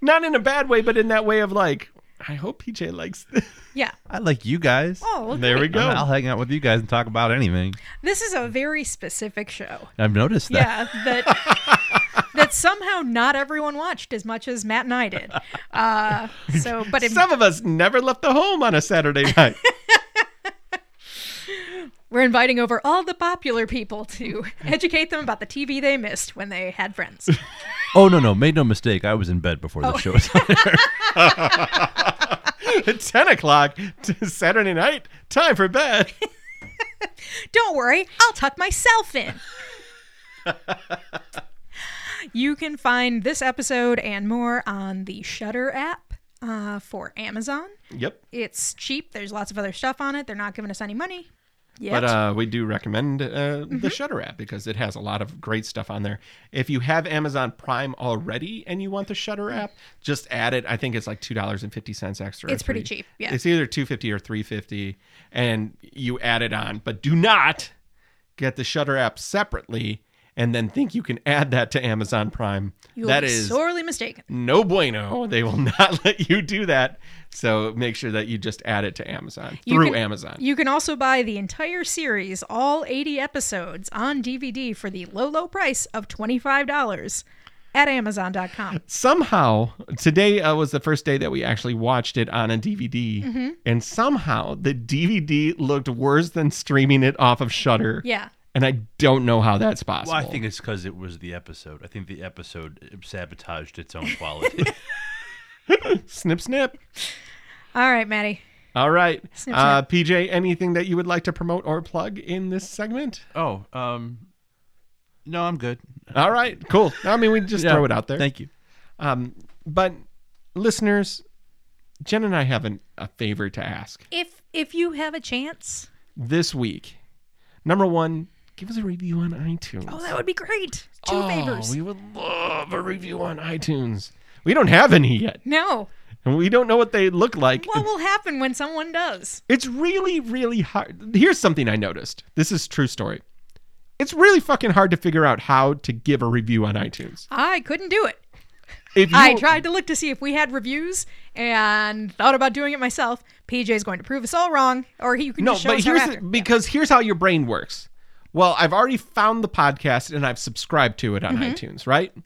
C: not in a bad way, but in that way of like, I hope PJ likes this.
B: Yeah.
D: I like you guys.
B: Oh, well,
C: There we
B: great.
C: go.
D: I'll hang out with you guys and talk about anything.
B: This is a very specific show.
D: I've noticed that.
B: Yeah. That that somehow not everyone watched as much as Matt and I did. Uh, so, but it,
C: Some of us never left the home on a Saturday night.
B: we're inviting over all the popular people to educate them about the TV they missed when they had friends.
D: Oh no, no, made no mistake. I was in bed before
B: Oh.
D: the show was on.
C: 10 o'clock to Saturday night, time for bed.
B: Don't worry, I'll tuck myself in. you can find this episode and more on the Shutter app uh, for Amazon.
C: Yep.
B: It's cheap. There's lots of other stuff on it. They're not giving us any money yet.
C: But uh, we do recommend uh,
B: Mm-hmm.
C: the Shutter app because it has a lot of great stuff on there. If you have Amazon Prime already and you want the Shutter app, just add it. I think it's like two dollars and fifty cents extra. or
B: It's pretty
C: three-
B: cheap, yeah.
C: it's either two fifty or three fifty, and you add it on. But do not get the Shutter app separately and then think you can add that to Amazon Prime.
B: You'll
C: that
B: be
C: is
B: sorely mistaken.
C: no bueno. They will not let you do that. So make sure that you just add it to Amazon
B: You
C: through
B: can-
C: Amazon.
B: You can also buy the entire series, all 80 episodes, on DVD for the low, low price of $25 at Amazon.com.
C: somehow today uh, was the first day that we actually watched it on a DVD,
B: Mm-hmm.
C: and somehow the DVD looked worse than streaming it off of Shutter.
B: Yeah.
C: and I don't know how that's possible.
D: Well, I think it's because it was the episode. I think the episode sabotaged its own quality.
C: snip snip.
B: All right, Maddie.
C: All right,
B: Snip,
C: Uh, PJ, anything that you would like to promote or plug in this segment?
D: oh, um, no, I'm good.
C: All right, cool. I mean, we just
D: Yeah,
C: throw it out there.
D: Thank you.
C: Um, but listeners, Jen and I have an, a favor to ask
B: If if you have a chance,
C: this week. Number one, give us a review on iTunes.
B: oh, that would be great. Two
C: Oh,
B: favors.
C: We would love a review on iTunes. We don't have any yet,
B: No.
C: and we don't know what they look like.
B: What will happen when someone does?
C: It's really, really hard. Here's something I noticed. This is true story. It's really fucking hard to figure out how to give a review on iTunes.
B: I couldn't do it.
C: If you,
B: I tried to look to see if we had reviews and thought about doing it myself. PJ's going to prove us all wrong, or he can
C: No,
B: just show
C: but
B: us
C: here's
B: our after.
C: because here's how your brain works. Well, I've already found the podcast and I've subscribed to it on iTunes, right?
B: Mm-hmm.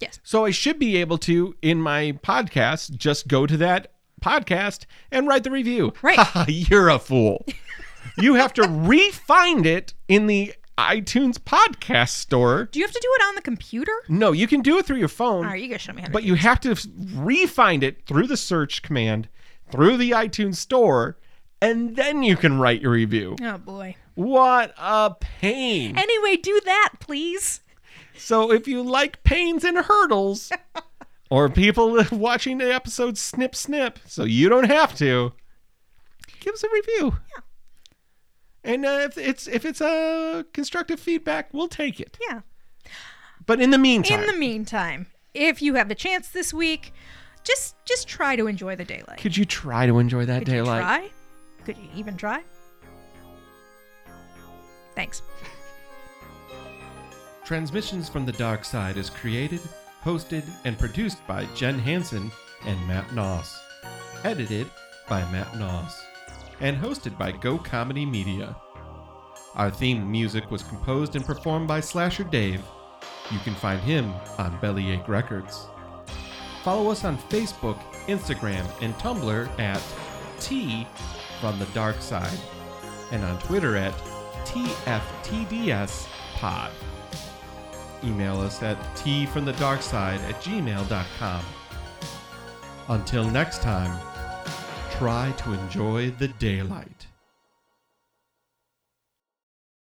B: Yes.
C: So I should be able to in my podcast just go to that podcast and write the review.
B: Right.
C: You're a fool. you have to re-find it in the iTunes podcast store.
B: Do you have to do it on the computer?
C: No, you can do it through your phone.
B: All right, you guys show me how to.
C: But
B: do
C: you have to re-find it through the search command, through the iTunes store, and then you can write your review.
B: it. Oh boy.
C: What a pain.
B: Anyway, do that, please.
C: so if you like pains and hurdles, or people watching the episode snip snip, so you don't have to, give us a review. Yeah. And uh, if it's if it's uh, constructive feedback, we'll take it.
B: Yeah.
C: But in the meantime,
B: In the meantime, if you have a chance this week, just just try to enjoy the daylight.
C: could you try to enjoy that
B: Could you
C: daylight?
B: try? Could you even try? Thanks.
C: Transmissions from the Dark Side is created, hosted, and produced by Jen Hansen and Matt Noss. Edited by Matt Noss. And hosted by Go Comedy Media. Our theme music was composed and performed by Slasher Dave. You can find him on Bellyache Records. Follow us on Facebook, Instagram, and Tumblr at T from the Dark Side, and on Twitter at TFTDS Pod email us at tfromthedarkside at gmail.com. Until next time, try to enjoy the daylight.